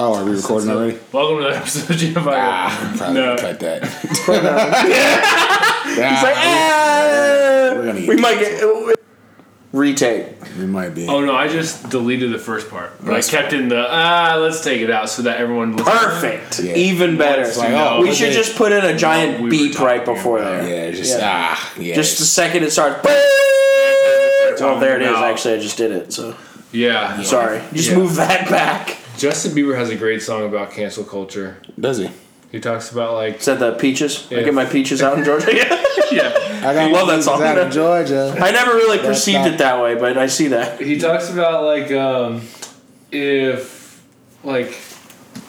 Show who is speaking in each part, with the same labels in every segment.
Speaker 1: Oh, are we recording already?
Speaker 2: Welcome to the episode of Gina Fire.
Speaker 1: Ah, probably
Speaker 2: No.
Speaker 1: cut that.
Speaker 3: Like,
Speaker 1: Ah,
Speaker 3: ah,
Speaker 1: we're gonna
Speaker 3: we
Speaker 1: get-
Speaker 3: might get retake.
Speaker 1: we might be.
Speaker 2: Oh no, I just deleted the first part. But I
Speaker 1: That's
Speaker 2: kept in the ah, let's take it out so that everyone listens.
Speaker 3: Perfect.
Speaker 1: Yeah.
Speaker 3: Even better.
Speaker 1: like, oh,
Speaker 3: we
Speaker 1: what
Speaker 3: should
Speaker 1: they-
Speaker 3: just put in a giant
Speaker 2: we were
Speaker 3: beep right
Speaker 2: talking
Speaker 3: before
Speaker 2: about-
Speaker 3: there.
Speaker 1: yeah, just
Speaker 3: Yeah.
Speaker 1: ah, yeah.
Speaker 3: Just the second it starts. Well, there it is. Actually, I just did it. So
Speaker 2: Yeah.
Speaker 3: sorry. Just
Speaker 2: Yeah.
Speaker 3: move that back.
Speaker 2: Justin Bieber has a great song about cancel culture.
Speaker 1: does he?
Speaker 2: He talks about like
Speaker 3: Is that the peaches?
Speaker 2: Yeah.
Speaker 3: I get my peaches out in Georgia.
Speaker 2: yeah.
Speaker 1: I got
Speaker 3: love that
Speaker 1: movies
Speaker 3: song.
Speaker 1: out of Georgia.
Speaker 3: I never really perceived
Speaker 1: not-
Speaker 3: it that way, but I see that.
Speaker 2: He talks about like um, if like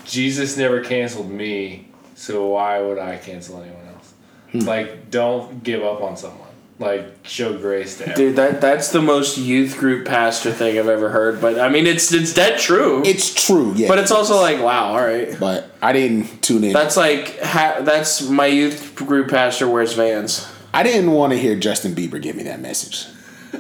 Speaker 2: Jesus never canceled me, so why would I cancel anyone else? Like, don't give up on someone. Like, show grace to everyone.
Speaker 3: Dude, that that's the most youth group pastor thing I've ever heard. But I mean, it's it's that true.
Speaker 1: It's true, yeah.
Speaker 3: but it's also like, wow, all right.
Speaker 1: but I didn't tune in.
Speaker 3: That's like ha- that's my youth group pastor wears Vans.
Speaker 1: I didn't want to hear Justin Bieber give me that message.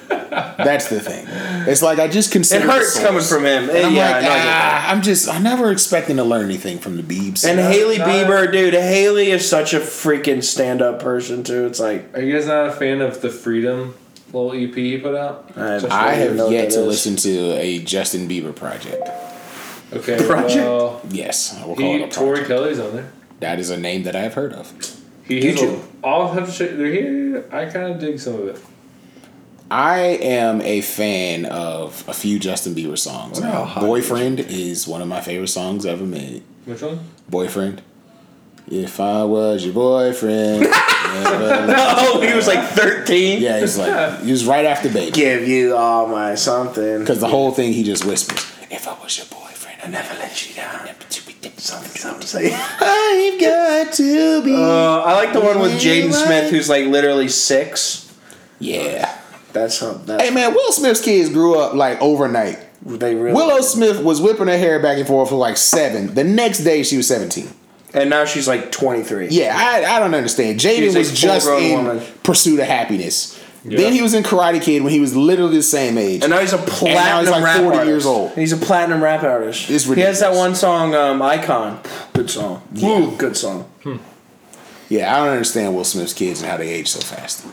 Speaker 1: That's the thing. It's like I just
Speaker 3: It
Speaker 1: consider
Speaker 3: hurts
Speaker 1: the source.
Speaker 3: coming from him.
Speaker 1: And I'm
Speaker 3: yeah,
Speaker 1: like,
Speaker 3: I know that.
Speaker 1: ah, I'm just I'm never expecting to learn anything from the Biebs.
Speaker 3: And Haley
Speaker 2: not-
Speaker 3: Bieber, dude, Haley is such a freaking stand-up person too. It's like
Speaker 2: Are you guys not a fan of the Freedom little EP he put out?
Speaker 3: I-
Speaker 2: Just-
Speaker 1: Um, I
Speaker 3: don't even
Speaker 1: have
Speaker 3: know what
Speaker 1: yet
Speaker 3: that
Speaker 1: to
Speaker 3: is.
Speaker 1: listen to a Justin Bieber project.
Speaker 2: okay.
Speaker 3: Project?
Speaker 2: Well,
Speaker 1: Yes, I will call it
Speaker 2: he
Speaker 1: a
Speaker 2: Tori
Speaker 1: project.
Speaker 2: Kelly's on there.
Speaker 1: That is a name that I have heard of.
Speaker 2: He has
Speaker 3: YouTube.
Speaker 2: A, I'll have to check. They're here. I kind of dig some of it.
Speaker 1: I am a fan of a few Justin Bieber songs.
Speaker 3: how
Speaker 1: Now,
Speaker 3: hot
Speaker 1: Boyfriend is one of my favorite songs ever made.
Speaker 2: Which one?
Speaker 1: Boyfriend. If I was your boyfriend. never-
Speaker 3: oh, he was like thirteen.
Speaker 1: yeah, he's like, he was right after Baby.
Speaker 3: Give you all my something.
Speaker 1: Because the whole thing he just whispers, if I was your boyfriend, I never let you down.
Speaker 3: Something, something.
Speaker 1: I've got to be.
Speaker 3: Uh, I like the one with Jaden
Speaker 1: Really?
Speaker 3: Smith, who's like literally six.
Speaker 1: yeah.
Speaker 3: That's how that's,
Speaker 1: Hey, man, Will Smith's kids grew up like overnight.
Speaker 3: they really
Speaker 1: Willow Smith was whipping her hair back and forth for like seven. The next day, she was 17.
Speaker 3: And now she's like twenty three.
Speaker 1: Yeah, I, I don't understand. Jaden
Speaker 3: She's a
Speaker 1: was just
Speaker 3: full-grown
Speaker 1: in
Speaker 3: woman.
Speaker 1: Pursuit of Happiness.
Speaker 2: Yeah.
Speaker 1: Then he was in Karate Kid when he was literally the same age.
Speaker 3: And now he's a platinum
Speaker 1: now he's, like,
Speaker 3: rap
Speaker 1: 40
Speaker 3: artist.
Speaker 1: years old.
Speaker 3: He's a platinum rap artist.
Speaker 1: It's
Speaker 3: He has that
Speaker 1: ridiculous.
Speaker 3: one song, um, Icon. Good song. Ooh, good song.
Speaker 1: yeah, I don't understand Will Smith's kids and how they age so fast.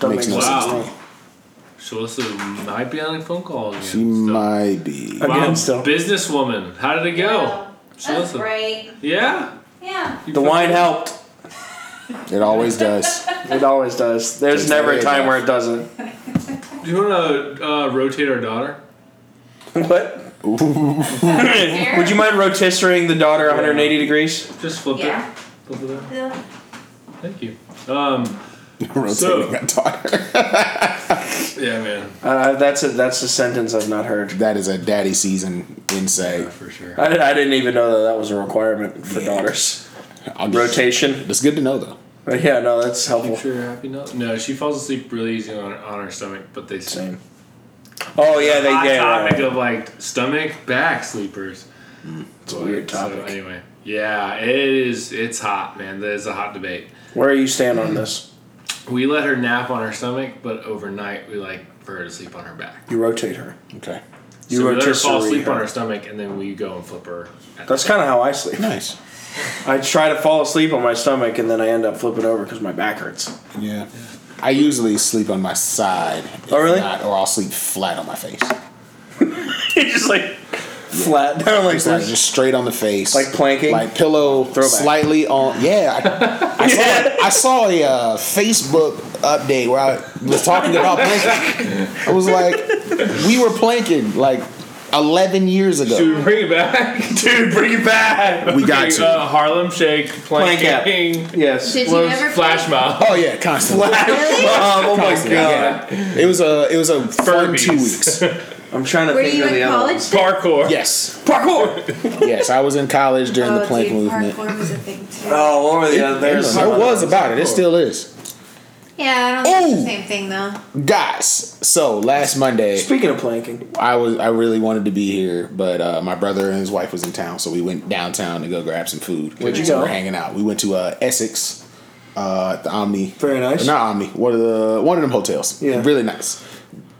Speaker 3: Don't
Speaker 1: Makes no
Speaker 3: make no
Speaker 1: sense
Speaker 3: sense.
Speaker 1: to
Speaker 2: Wow.
Speaker 1: me.
Speaker 2: Shalissa might be on a phone call. Again.
Speaker 1: She might be.
Speaker 3: Wow. Again, still.
Speaker 2: Businesswoman. How did it go?
Speaker 4: Yeah. That's
Speaker 2: Shalissa.
Speaker 4: great.
Speaker 2: Yeah.
Speaker 4: Yeah.
Speaker 2: You
Speaker 3: The
Speaker 2: feel-
Speaker 3: wine helped.
Speaker 1: It always does.
Speaker 3: It always does. There's
Speaker 1: Just
Speaker 3: never a
Speaker 1: say
Speaker 3: time
Speaker 1: that.
Speaker 3: where it doesn't.
Speaker 2: Do you want to uh, rotate our daughter?
Speaker 3: What?
Speaker 4: Here.
Speaker 3: Would you mind rotisserie the daughter 180 degrees?
Speaker 2: Just flip
Speaker 4: Yeah.
Speaker 2: it. Flip it out.
Speaker 4: The-
Speaker 2: Thank you. Um.
Speaker 1: Rotating
Speaker 2: So-
Speaker 1: that daughter.
Speaker 2: Yeah, man.
Speaker 3: Uh, that's a that's a sentence I've not heard.
Speaker 1: That is a daddy season insight.
Speaker 2: For sure.
Speaker 3: I, I didn't even know that that was a requirement for
Speaker 1: Yeah.
Speaker 3: daughters.
Speaker 1: I'll just-
Speaker 3: Rotation.
Speaker 1: It's good to know though.
Speaker 3: But yeah, no, that's
Speaker 2: You
Speaker 3: helpful.
Speaker 2: sure you're happy now? No, she falls asleep really easy on her, on her stomach, but they
Speaker 3: Same. Oh yeah, they
Speaker 2: hot
Speaker 3: yeah.
Speaker 2: topic
Speaker 3: right.
Speaker 2: of like stomach back sleepers.
Speaker 3: It's a weird topic.
Speaker 2: So anyway, yeah, it is. It's hot, man. That is a hot debate.
Speaker 3: Where you stand on this?
Speaker 2: We let her nap on her stomach, but overnight we like for her to sleep on her back.
Speaker 3: You rotate her.
Speaker 1: Okay.
Speaker 3: You
Speaker 2: so we let her
Speaker 3: rotisserie
Speaker 2: fall asleep
Speaker 3: her.
Speaker 2: on her stomach, and then we go and flip her. at
Speaker 3: That's kind of how I sleep.
Speaker 1: Nice.
Speaker 3: I try to fall asleep on my stomach and then I end up flipping over because my back hurts.
Speaker 1: Yeah. I usually sleep on my side. if
Speaker 3: Oh, really?
Speaker 1: Not, or I'll sleep flat on my face.
Speaker 3: It's just like flat down like
Speaker 1: It's like
Speaker 3: this.
Speaker 1: just straight on the face,
Speaker 3: Like planking?
Speaker 1: like pillow
Speaker 3: Throwback.
Speaker 1: slightly on. Yeah, I, I saw, I saw a uh, Facebook update where I was talking about planking. I was like, we were planking like eleven years ago.
Speaker 2: the- Dude, bring it back, dude. Bring it back.
Speaker 1: We got
Speaker 2: Okay,
Speaker 1: you.
Speaker 2: Uh, Harlem Shake
Speaker 3: Plank out.
Speaker 2: planking.
Speaker 3: Yes.
Speaker 4: Did you
Speaker 2: was
Speaker 4: ever
Speaker 2: flash
Speaker 4: play-
Speaker 2: mob.
Speaker 1: Oh yeah, constantly.
Speaker 3: Um, oh my god.
Speaker 1: Constantly, yeah. It was a it was a fun
Speaker 2: Furbies.
Speaker 1: two weeks.
Speaker 3: I'm trying to
Speaker 4: Were
Speaker 3: think
Speaker 4: you
Speaker 3: of the
Speaker 4: in
Speaker 3: other
Speaker 4: college?
Speaker 3: ones.
Speaker 2: Parkour.
Speaker 1: Yes,
Speaker 3: Parkour!
Speaker 1: yes. I was in college during
Speaker 4: Oh,
Speaker 1: the plank
Speaker 4: dude,
Speaker 1: movement.
Speaker 4: parkour was a thing too.
Speaker 3: Oh, what were the other?
Speaker 1: There
Speaker 3: There's some other
Speaker 1: was
Speaker 3: ones.
Speaker 1: about it. It still is.
Speaker 4: Yeah, I don't think it's
Speaker 1: Ooh.
Speaker 4: the same thing though.
Speaker 1: Guys, so last Monday,
Speaker 3: Speaking of planking,
Speaker 1: I was I really wanted to be here, but uh, my brother and his wife was in town, so we went downtown to go grab some food.
Speaker 3: Where'd you
Speaker 1: So
Speaker 3: go?
Speaker 1: We're hanging out. We went to uh, Essex, uh, at the Omni.
Speaker 3: Very nice.
Speaker 1: Not Omni. One of the one of them hotels.
Speaker 3: Yeah.
Speaker 1: Really nice.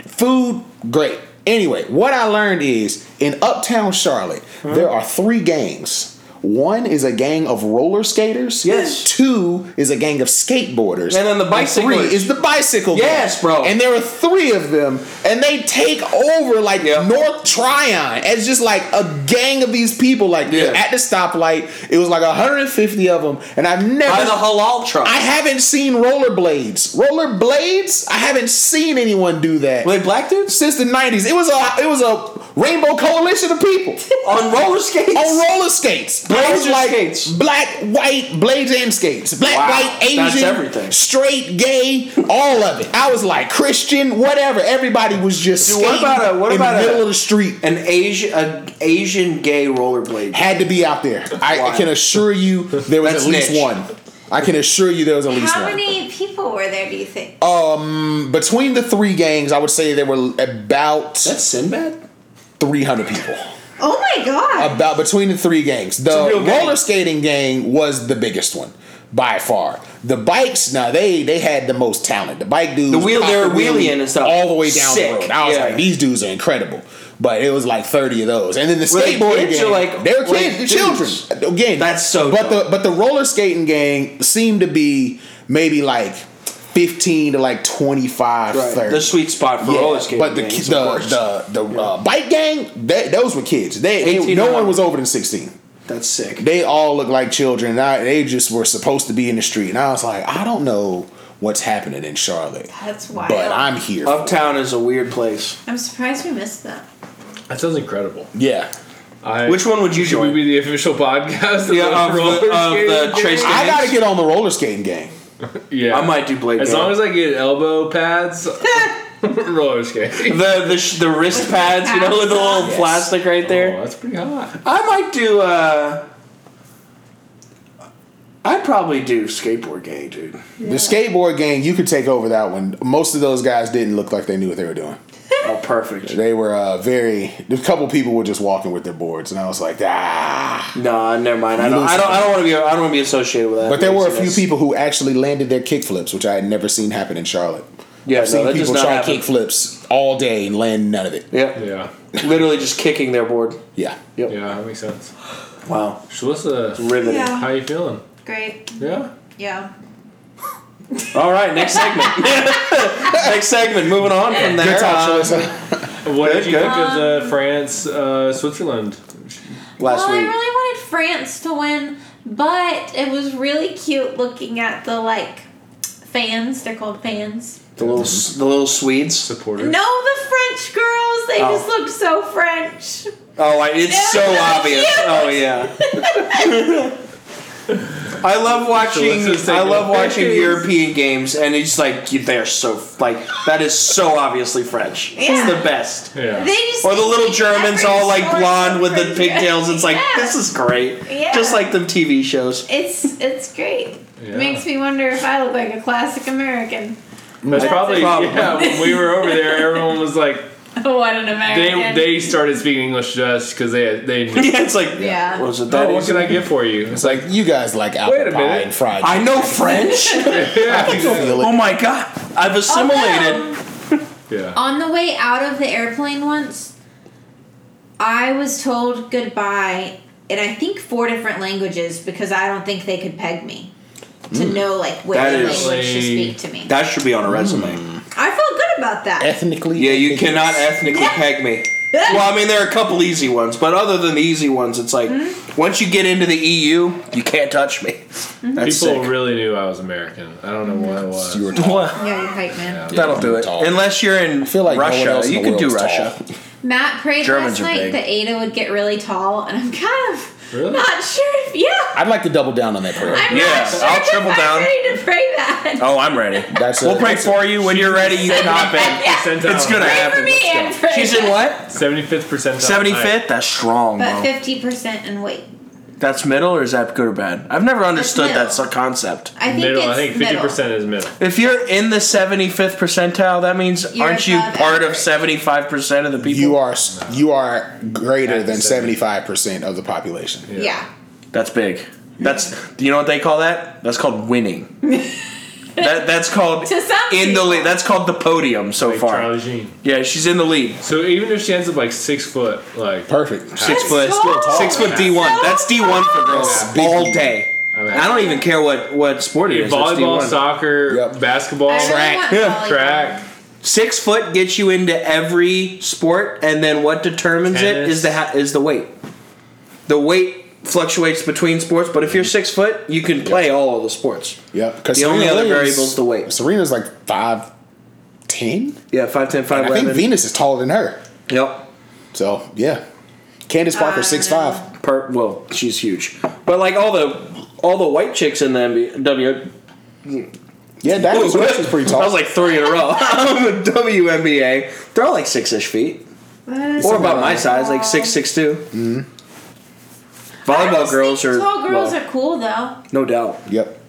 Speaker 1: Food great. Anyway, what I learned is in Uptown Charlotte, there are three gangs. One is a gang of roller skaters.
Speaker 3: Yes.
Speaker 1: Two is a gang of skateboarders.
Speaker 3: And then the bicyclers.
Speaker 1: Three is the bicycle. gang.
Speaker 3: Yes, bro.
Speaker 1: And there are three of them, and they take over like
Speaker 3: Yeah.
Speaker 1: North Tryon. It's just like a gang of these people. Like
Speaker 3: Yeah.
Speaker 1: at the stoplight, it was like 150 of them, and I've never
Speaker 3: By the halal truck.
Speaker 1: I haven't seen rollerblades. Rollerblades? I haven't seen anyone do that
Speaker 3: Wait, black dudes
Speaker 1: since the '90s. It was a it was a rainbow coalition of people
Speaker 3: on roller skates.
Speaker 1: on roller skates.
Speaker 3: Blades
Speaker 1: I was
Speaker 3: or skates?
Speaker 1: black, white, blades and skates. Black,
Speaker 3: Wow,
Speaker 1: white, Asian,
Speaker 3: that's everything.
Speaker 1: straight, gay, all of it. I was like Christian, whatever. Everybody was just
Speaker 3: Dude, what
Speaker 1: skating
Speaker 3: about a- what
Speaker 1: in
Speaker 3: about
Speaker 1: the
Speaker 3: a-
Speaker 1: middle of the street.
Speaker 3: An Asian, a Asian gay rollerblade.
Speaker 1: Had to be out there. I, I
Speaker 3: Wild.
Speaker 1: can assure you there was
Speaker 3: That's
Speaker 1: at least
Speaker 3: niche.
Speaker 1: one. I can assure you there was at least
Speaker 4: How
Speaker 1: one.
Speaker 4: many people were there? Do you think?
Speaker 1: Oh. Between the three gangs, I would say there were about
Speaker 3: That's Sinbad.
Speaker 1: 300 people.
Speaker 4: oh my god!
Speaker 1: About between the three gangs, the
Speaker 3: a real
Speaker 1: roller
Speaker 3: gang.
Speaker 1: skating gang was the biggest one by far. The bikes, now they they had the most talent. The bike dudes,
Speaker 3: The wheel-
Speaker 1: popped
Speaker 3: they were
Speaker 1: the wheelie
Speaker 3: wheeling and stuff.
Speaker 1: all the way down
Speaker 3: Sick.
Speaker 1: the road. I was
Speaker 3: Yeah.
Speaker 1: like, these dudes are incredible. But it was like thirty of those, and then the
Speaker 3: Were they
Speaker 1: skateboarding
Speaker 3: kids
Speaker 1: gang.
Speaker 3: or like-
Speaker 1: they were
Speaker 3: were they
Speaker 1: kids, they're
Speaker 3: dudes?
Speaker 1: children. Again,
Speaker 3: That's so
Speaker 1: But
Speaker 3: dope.
Speaker 1: the but the roller skating gang seemed to be maybe like fifteen to like 25, 30.
Speaker 3: The sweet spot for
Speaker 1: Yeah,
Speaker 3: roller skating.
Speaker 1: But the
Speaker 3: gangs,
Speaker 1: ki-
Speaker 3: of course.
Speaker 1: the the, the uh, bike gang, they, those were kids. They, they-
Speaker 3: 18
Speaker 1: no
Speaker 3: and
Speaker 1: one
Speaker 3: under.
Speaker 1: was over than sixteen.
Speaker 3: that's sick.
Speaker 1: They all looked like children. And I, they just were supposed to be in the street, and I was like, I don't know what's happening in Charlotte,
Speaker 4: That's wild.
Speaker 1: but I'm here.
Speaker 3: Uptown is a weird place.
Speaker 4: I'm surprised we missed that.
Speaker 5: That sounds incredible.
Speaker 1: yeah,
Speaker 5: I,
Speaker 3: Which one would you
Speaker 5: should we
Speaker 3: join?
Speaker 5: be the official podcast?
Speaker 3: Yeah,
Speaker 5: the
Speaker 3: of the-
Speaker 5: roller
Speaker 3: of the
Speaker 5: skating
Speaker 3: Trace
Speaker 5: gang?
Speaker 1: I gotta get on the roller skating gang.
Speaker 5: Yeah,
Speaker 3: I might do blade.
Speaker 5: As
Speaker 3: gang.
Speaker 5: long as I get elbow pads, roller skating.
Speaker 3: the the, sh- the wrist pads, you know, with the little
Speaker 4: Yes.
Speaker 3: plastic right
Speaker 5: Oh,
Speaker 3: there.
Speaker 5: that's pretty hot.
Speaker 3: I might do. uh I'd probably do skateboard gang, dude.
Speaker 1: The skateboard gang, you could take over that one. Most of those guys didn't look like they knew what they were doing.
Speaker 3: Oh, perfect.
Speaker 1: They were uh, very. A couple people were just walking with their boards, and I was like, ah.
Speaker 3: No, never mind. I don't. I don't. I don't want to be. I don't want to be associated with that.
Speaker 1: But there were a few
Speaker 3: laziness.
Speaker 1: people who actually landed their kickflips, which I had never seen happen in Charlotte.
Speaker 3: Yeah,
Speaker 1: I've seen
Speaker 3: no, that does
Speaker 1: people
Speaker 3: not
Speaker 1: try
Speaker 3: happen.
Speaker 1: kickflips all day and land none of it.
Speaker 3: Yeah.
Speaker 5: Yeah,
Speaker 3: literally just kicking their board.
Speaker 1: Yeah.
Speaker 3: Yep.
Speaker 5: yeah, that makes sense.
Speaker 3: Wow.
Speaker 5: Shalissa,
Speaker 3: Riveting.
Speaker 4: Yeah.
Speaker 5: how you feeling?
Speaker 4: Great.
Speaker 5: Yeah.
Speaker 4: Yeah.
Speaker 3: All right, next segment. next segment. Moving on from there.
Speaker 1: Good talk,
Speaker 3: uh,
Speaker 1: Shalissa.
Speaker 5: What
Speaker 3: Good,
Speaker 5: did you
Speaker 3: good.
Speaker 5: think of
Speaker 3: Um,
Speaker 5: the France uh, Switzerland?
Speaker 3: last
Speaker 4: well, I
Speaker 3: week.
Speaker 4: really wanted France to win, but it was really cute looking at the like fans. They're called fans.
Speaker 3: The little s- the little Swedes.
Speaker 5: Supporter.
Speaker 4: No, the French girls. They
Speaker 3: Oh.
Speaker 4: just look so French.
Speaker 3: Oh, I, it's so
Speaker 4: They're
Speaker 3: obvious.
Speaker 4: so cute.
Speaker 3: Oh yeah. I love watching.
Speaker 5: So let's just take
Speaker 3: I
Speaker 5: a
Speaker 3: love
Speaker 5: look.
Speaker 3: watching European games, and it's like they're so like that is so obviously French. It's
Speaker 4: Yeah.
Speaker 3: the best.
Speaker 4: They
Speaker 5: Yeah.
Speaker 4: just
Speaker 3: Or the little
Speaker 4: make
Speaker 3: Germans
Speaker 4: every
Speaker 3: all like
Speaker 4: sport
Speaker 3: blonde
Speaker 4: so
Speaker 3: with the
Speaker 4: French.
Speaker 3: pigtails. It's like
Speaker 4: Yeah.
Speaker 3: this is great.
Speaker 4: Yeah.
Speaker 3: Just like them TV shows.
Speaker 4: It's it's great.
Speaker 5: Yeah.
Speaker 4: Makes me wonder if I look like a classic American.
Speaker 5: That's probably,
Speaker 3: Probably.
Speaker 5: yeah. When we were over there, everyone was like,
Speaker 4: Oh, what an
Speaker 5: they
Speaker 4: American.
Speaker 5: they started speaking English to us because they they. Knew.
Speaker 3: Yeah, it's like
Speaker 4: Yeah.
Speaker 3: What was it that
Speaker 5: Oh, what
Speaker 3: easy?
Speaker 5: can I get for you? It's
Speaker 1: It's
Speaker 5: like,
Speaker 1: like you guys like apple
Speaker 5: Wait a
Speaker 1: pie
Speaker 5: minute.
Speaker 1: and fried.
Speaker 3: I know French.
Speaker 5: yeah,
Speaker 1: feel
Speaker 3: oh
Speaker 1: it.
Speaker 3: my god,
Speaker 4: Oh,
Speaker 3: I've assimilated.
Speaker 4: Although,
Speaker 5: yeah.
Speaker 4: on the way out of the airplane once, I was told goodbye in I think four different languages because I don't think they could peg me to know like which
Speaker 3: Hmm. That
Speaker 4: language
Speaker 3: is-
Speaker 4: to speak to me.
Speaker 3: That should be on a resume.
Speaker 4: I felt good about that.
Speaker 1: Ethnically,
Speaker 3: Yeah, you
Speaker 1: ambiguous.
Speaker 3: cannot ethnically peg me. Well, I mean, there are a couple easy ones, but other than the easy ones, it's like
Speaker 4: Hmm?
Speaker 3: once you get into the EU, you can't touch me.
Speaker 4: Hmm?
Speaker 3: That's
Speaker 5: People
Speaker 3: sick.
Speaker 5: really knew I was American. I don't know what it was.
Speaker 1: You were tall.
Speaker 3: Well,
Speaker 4: Yeah, you're hype, man.
Speaker 3: That'll do it.
Speaker 1: Tall.
Speaker 3: Unless you're in
Speaker 1: feel like no one
Speaker 3: Russia,
Speaker 1: else in
Speaker 3: you
Speaker 1: the
Speaker 3: can
Speaker 1: world
Speaker 3: do
Speaker 1: is tall.
Speaker 3: Russia.
Speaker 4: Matt prayed
Speaker 3: Germans
Speaker 4: last
Speaker 3: are big.
Speaker 4: night that Ada would get really tall, and I'm kind of
Speaker 5: Really?
Speaker 4: not sure if yeah.
Speaker 1: I'd like to double down on that prayer.
Speaker 4: I'm
Speaker 3: Yeah,
Speaker 4: not sure
Speaker 3: I'll
Speaker 4: if
Speaker 3: triple
Speaker 4: I'm
Speaker 3: down.
Speaker 4: ready to pray that.
Speaker 3: Oh, I'm ready.
Speaker 1: That's a-
Speaker 3: we'll pray
Speaker 1: that's
Speaker 3: for you when you're ready. You can hop in.
Speaker 4: Yeah.
Speaker 5: Percentile.
Speaker 3: It's gonna
Speaker 4: Pray for
Speaker 3: happen.
Speaker 4: me and pray.
Speaker 3: She's in what?
Speaker 5: 75th percentile.
Speaker 3: Seventy fifth. That's strong,
Speaker 4: But
Speaker 3: bro.
Speaker 4: fifty percent in weight.
Speaker 3: That's middle, or is that good or bad? I've never understood that
Speaker 4: middle.
Speaker 3: so- concept.
Speaker 4: I think
Speaker 5: Middle.
Speaker 4: it's
Speaker 5: I think 50%
Speaker 4: middle.
Speaker 5: is middle.
Speaker 3: If you're in the seventy fifth percentile, that means
Speaker 4: You're
Speaker 3: aren't you
Speaker 4: above
Speaker 3: part of
Speaker 4: average.
Speaker 3: seventy five percent of the people?
Speaker 1: You are s- you are greater
Speaker 5: At
Speaker 1: than seventy
Speaker 5: seventy.
Speaker 1: five percent of the population.
Speaker 4: Yeah.
Speaker 5: Yeah.
Speaker 3: That's big. That's do you know what they call that? That's called winning. That that's called
Speaker 4: To some
Speaker 3: in the
Speaker 4: people.
Speaker 3: lead. That's called the podium so
Speaker 5: Like
Speaker 3: far.
Speaker 5: Charlie Sheen.
Speaker 3: Yeah, she's in the lead.
Speaker 5: So even if she ends up like six foot, like
Speaker 1: Perfect.
Speaker 3: Six
Speaker 4: That's
Speaker 3: foot,
Speaker 4: so tall.
Speaker 3: six foot D one.
Speaker 4: So
Speaker 3: that's D one for girls
Speaker 1: tall.
Speaker 3: all day.
Speaker 5: I mean,
Speaker 3: I don't even care what what sport it is. that's
Speaker 5: volleyball,
Speaker 3: D1.
Speaker 5: soccer,
Speaker 1: Yep.
Speaker 5: basketball,
Speaker 4: I really want
Speaker 3: Yeah.
Speaker 4: volleyball.
Speaker 5: track.
Speaker 3: Six foot gets you into every sport, and then what determines it is the ha- is the weight. The weight fluctuates between sports, but if you're six foot, you can play all of the sports.
Speaker 1: Yep. Because
Speaker 3: The only other variable's the weight.
Speaker 1: Serena's like five ten.
Speaker 3: Yeah, five ten, five
Speaker 1: I think
Speaker 3: eleven.
Speaker 1: Venus is taller than her.
Speaker 3: Yep.
Speaker 1: So yeah, Candace Parker
Speaker 4: Uh,
Speaker 1: six five.
Speaker 3: Per- well, she's huge, but like all the all the white chicks in the NBA, W.
Speaker 1: Yeah, that
Speaker 3: Oh,
Speaker 1: was, that was pretty tall.
Speaker 3: I was like three in a row. WNBA, they're all like six ish feet.
Speaker 4: That's-
Speaker 3: or about my
Speaker 1: Wow.
Speaker 3: size, like six six two. Mm-hmm.
Speaker 4: I always
Speaker 3: Volleyball girls
Speaker 4: think
Speaker 3: are
Speaker 4: tall girls
Speaker 3: well,
Speaker 4: are cool though.
Speaker 3: no doubt.
Speaker 1: yep.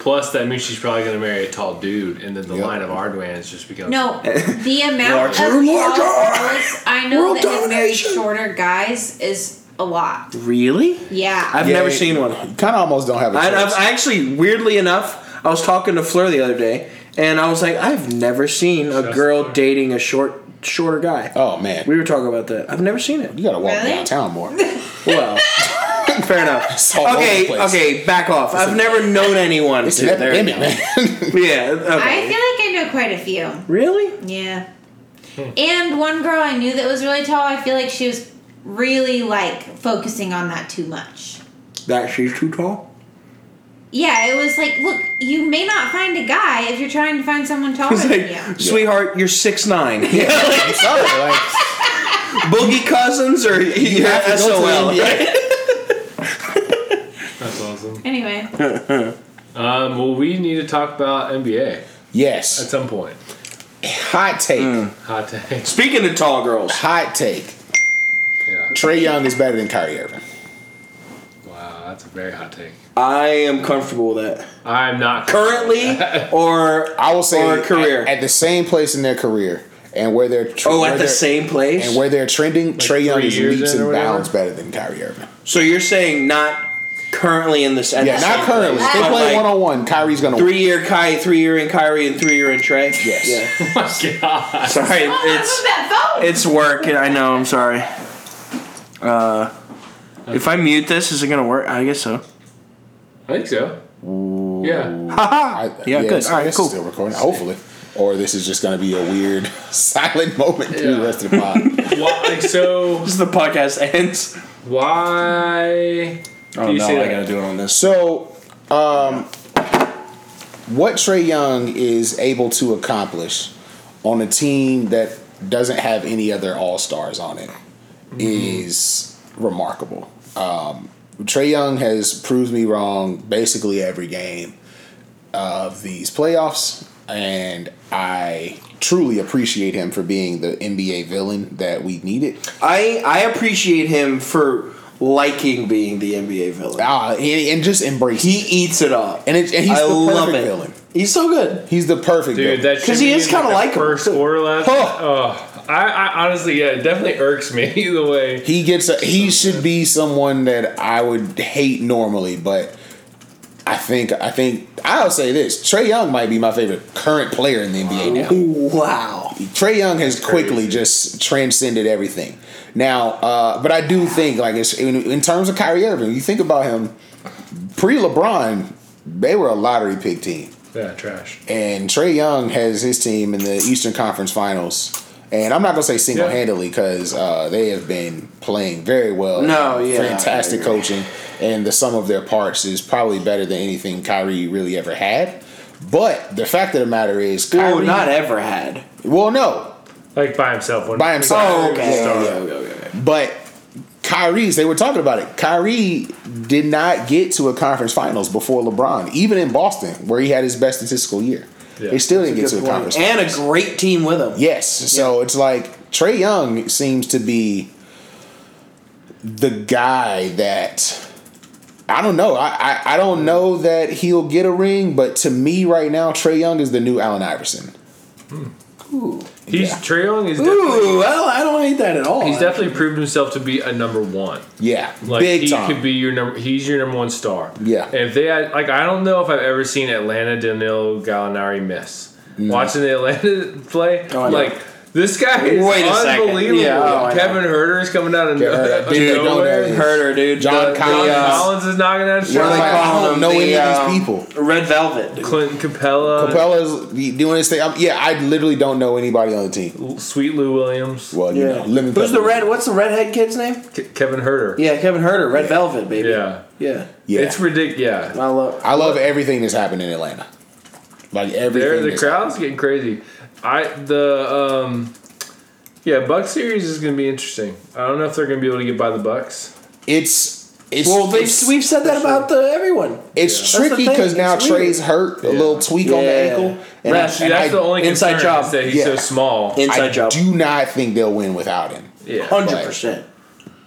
Speaker 5: Plus, that means she's probably going to marry a tall dude, and then the
Speaker 1: Yep.
Speaker 5: line of Ardwans just becomes
Speaker 4: No, the amount of
Speaker 3: Larger,
Speaker 4: tall
Speaker 3: larger.
Speaker 4: girls I know
Speaker 3: World
Speaker 4: that have married
Speaker 3: domination.
Speaker 4: shorter guys is a lot.
Speaker 3: Really?
Speaker 4: Yeah.
Speaker 3: I've
Speaker 1: Yeah,
Speaker 3: never
Speaker 1: yeah.
Speaker 3: seen one.
Speaker 1: You kind of almost don't have a
Speaker 3: I, I've
Speaker 1: choice.
Speaker 3: I actually, weirdly enough, I was talking to Fleur the other day, and I was like, I've never seen a
Speaker 5: Just
Speaker 3: girl
Speaker 5: Fleur.
Speaker 3: dating a short, shorter guy.
Speaker 1: oh man,
Speaker 3: We were talking about that. I've never seen it.
Speaker 1: you gotta walk
Speaker 4: Really?
Speaker 1: downtown more.
Speaker 3: Well, fair enough.
Speaker 1: It's all over the
Speaker 3: okay,
Speaker 1: place.
Speaker 3: okay, back off. I've never known anyone.
Speaker 1: It's
Speaker 3: to.
Speaker 1: an
Speaker 3: There you
Speaker 1: epidemic, man.
Speaker 3: go. Yeah.
Speaker 4: I
Speaker 3: Okay.
Speaker 4: feel like I know quite a few.
Speaker 3: really?
Speaker 4: Yeah.
Speaker 3: Hmm.
Speaker 4: And one girl I knew that was really tall, I feel like she was really like focusing on that too much.
Speaker 3: That she's too tall.
Speaker 4: Yeah, it was like, look, you may not find a guy if you're trying to find someone taller
Speaker 3: It's
Speaker 4: than
Speaker 3: like,
Speaker 4: you.
Speaker 3: sweetheart, you're six nine.
Speaker 1: I'm sorry, like
Speaker 3: Boogie Cousins or
Speaker 1: you
Speaker 3: your
Speaker 1: have to go
Speaker 3: SOL.
Speaker 1: to the NBA.
Speaker 5: That's awesome.
Speaker 4: Anyway,
Speaker 5: Um, well, we need to talk about NBA at
Speaker 1: Yes,
Speaker 5: some point.
Speaker 1: hot take.
Speaker 3: Mm.
Speaker 5: Hot take.
Speaker 3: Speaking of tall girls,
Speaker 1: Hot take.
Speaker 5: Yeah.
Speaker 1: Trey Young is better than Kyrie Irving.
Speaker 5: Wow, that's a very hot take.
Speaker 3: I am comfortable with that.
Speaker 5: I'm not
Speaker 3: Currently or
Speaker 1: I will say
Speaker 3: Or career.
Speaker 1: at, at the same place in their career and where they're tr-
Speaker 3: oh
Speaker 1: where
Speaker 3: at the
Speaker 1: they're-
Speaker 3: same place.
Speaker 1: and where they're trending. Trey Young
Speaker 5: three
Speaker 1: is
Speaker 5: years
Speaker 1: leaps
Speaker 5: in or
Speaker 1: and
Speaker 5: whatever?
Speaker 1: bounds better than Kyrie Irving.
Speaker 3: so you're saying not currently in this? At
Speaker 1: Yeah,
Speaker 3: the
Speaker 1: not
Speaker 3: same
Speaker 1: currently.
Speaker 3: place,
Speaker 1: If they
Speaker 3: but
Speaker 1: play
Speaker 3: like
Speaker 1: one on one. Kyrie's gonna win.
Speaker 3: Three year Kai, three year in Kyrie, and three year in Trey.
Speaker 1: Yes.
Speaker 3: Yeah.
Speaker 5: Oh my God.
Speaker 3: Sorry,
Speaker 4: oh,
Speaker 3: it's
Speaker 4: I moved that phone.
Speaker 3: it's work. I know. I'm sorry. Uh, if I mute this, is it gonna work? I guess so.
Speaker 5: I think so. Yeah.
Speaker 1: I-
Speaker 3: Haha. Yeah, good.
Speaker 1: it's-
Speaker 3: All right,
Speaker 1: it's
Speaker 3: cool.
Speaker 1: Still recording, hopefully. Or this is just going to be a weird silent moment through the
Speaker 5: Yeah.
Speaker 1: rest of the pod.
Speaker 5: Why, like, so
Speaker 3: This is the podcast ends.
Speaker 5: why
Speaker 3: Oh
Speaker 5: do you
Speaker 3: no,
Speaker 5: say
Speaker 3: I
Speaker 5: that?
Speaker 3: gotta do it on this.
Speaker 1: so, um, what Trey Young is able to accomplish on a team that doesn't have any other All Stars on it is
Speaker 3: Mm-hmm.
Speaker 1: remarkable. Um, Trey Young has proved me wrong basically every game of these playoffs, and I truly appreciate him for being the NBA villain that we needed.
Speaker 3: I I appreciate him for liking being the NBA villain.
Speaker 1: Ah, and, and just embrace.
Speaker 3: He
Speaker 1: He
Speaker 3: eats it up.
Speaker 1: and, it, and he's the
Speaker 3: I love
Speaker 1: perfect
Speaker 3: it.
Speaker 1: villain.
Speaker 3: He's so good.
Speaker 1: He's the perfect
Speaker 5: Dude,
Speaker 1: villain.
Speaker 5: that
Speaker 3: 'Cause he
Speaker 5: shimmy
Speaker 3: is kinda
Speaker 5: the
Speaker 3: like him,
Speaker 5: first
Speaker 3: too.
Speaker 5: quarter last.
Speaker 1: Huh.
Speaker 5: Oh, I, I honestly, yeah, it definitely irks me the way.
Speaker 1: he gets. A, he should be someone that I would hate normally, but I think I think I'll say this: Trey Young might be my favorite current player in the NBA now.
Speaker 3: Wow.
Speaker 1: Trey Young has quickly just transcended everything. Now, uh, but I do think like it's in, in terms of Kyrie Irving, you think about him pre LeBron, they were a lottery pick team.
Speaker 5: Yeah, trash.
Speaker 1: and Trey Young has his team in the Eastern Conference Finals. And I'm not gonna say single handedly because uh, they have been playing very well.
Speaker 3: No, yeah,
Speaker 1: fantastic
Speaker 3: I
Speaker 1: coaching, and the sum of their parts is probably better than anything Kyrie really ever had. But the fact of the matter is, Kyrie.
Speaker 3: Ooh, not ever had.
Speaker 1: well, no,
Speaker 5: Like by himself. When
Speaker 1: By himself. Oh,
Speaker 3: okay.
Speaker 1: Yeah, but Kyrie's. They were talking about it. Kyrie did not get to a conference finals before LeBron, even in Boston, where he had his best statistical year.
Speaker 5: Yeah,
Speaker 1: they still didn't get
Speaker 3: Good
Speaker 1: to a
Speaker 3: point.
Speaker 1: conference.
Speaker 3: And a great team with him.
Speaker 1: Yes. So it's like Trey Young seems to be the guy that I don't know. I, I, I don't know that he'll get a ring, but to me right now, Trey Young is the new Allen Iverson.
Speaker 2: He's
Speaker 1: Yeah.
Speaker 2: Trae Young is definitely,
Speaker 3: Ooh, well, I don't hate that at all.
Speaker 2: he's definitely proved himself to be a number one.
Speaker 1: Yeah,
Speaker 2: Like
Speaker 1: big
Speaker 2: he
Speaker 1: time.
Speaker 2: could be your number. He's your number one star.
Speaker 1: Yeah.
Speaker 2: And if they had, like, I don't know if I've ever seen Atlanta Danilo Gallinari miss. Watching the Atlanta play,
Speaker 3: Oh, I know.
Speaker 2: like this guy is
Speaker 3: Wait a second.
Speaker 2: unbelievable.
Speaker 3: Yeah, oh, I know.
Speaker 2: Kevin Herter is coming out of, no-
Speaker 1: Herter,
Speaker 2: out of
Speaker 1: dude, don't
Speaker 2: nowhere.
Speaker 1: know.
Speaker 3: Herder, dude.
Speaker 1: John
Speaker 3: The-
Speaker 1: Collins.
Speaker 3: the, uh,
Speaker 2: Collins is knocking out
Speaker 1: What do they
Speaker 2: shots.
Speaker 1: call I don't
Speaker 3: him?
Speaker 1: know any of these
Speaker 3: um,
Speaker 1: people.
Speaker 3: Red Velvet. dude.
Speaker 2: Clinton Capella,
Speaker 1: Capella's doing his thing. I'm, yeah, I literally don't know anybody on the team.
Speaker 2: Sweet Lou Williams,
Speaker 1: Well, you know, lemon
Speaker 3: Who's
Speaker 1: pepper.
Speaker 3: the red? What's the redhead kid's name?
Speaker 2: K- Kevin Herter.
Speaker 3: Yeah, Kevin Herder. Red Velvet, baby.
Speaker 2: Yeah.
Speaker 3: Yeah.
Speaker 1: Yeah,
Speaker 2: It's ridiculous. Yeah.
Speaker 3: I love.
Speaker 1: I love everything that's happened in Atlanta. Like everything.
Speaker 2: There, the
Speaker 1: that's-
Speaker 2: crowd's getting crazy. I the um, yeah, Buck series is gonna be interesting. I don't know if they're gonna be able to get by the Bucks.
Speaker 1: It's it's
Speaker 3: Well, they,
Speaker 1: it's,
Speaker 3: we've said that about the everyone.
Speaker 1: it's
Speaker 3: Yeah.
Speaker 1: tricky
Speaker 3: That's the
Speaker 1: because
Speaker 3: thing,
Speaker 1: now
Speaker 3: it's
Speaker 1: Trey's
Speaker 3: weird.
Speaker 1: hurt, a
Speaker 2: Yeah.
Speaker 1: little tweak on the
Speaker 3: Yeah.
Speaker 1: ankle. And,
Speaker 3: That's-
Speaker 1: and
Speaker 2: That's
Speaker 1: I,
Speaker 2: the only
Speaker 3: inside
Speaker 2: concern
Speaker 3: job.
Speaker 2: is that he's
Speaker 1: Yeah.
Speaker 2: so small.
Speaker 1: I
Speaker 3: Inside job.
Speaker 1: do not think they'll win without him.
Speaker 2: yeah,
Speaker 3: Hundred percent.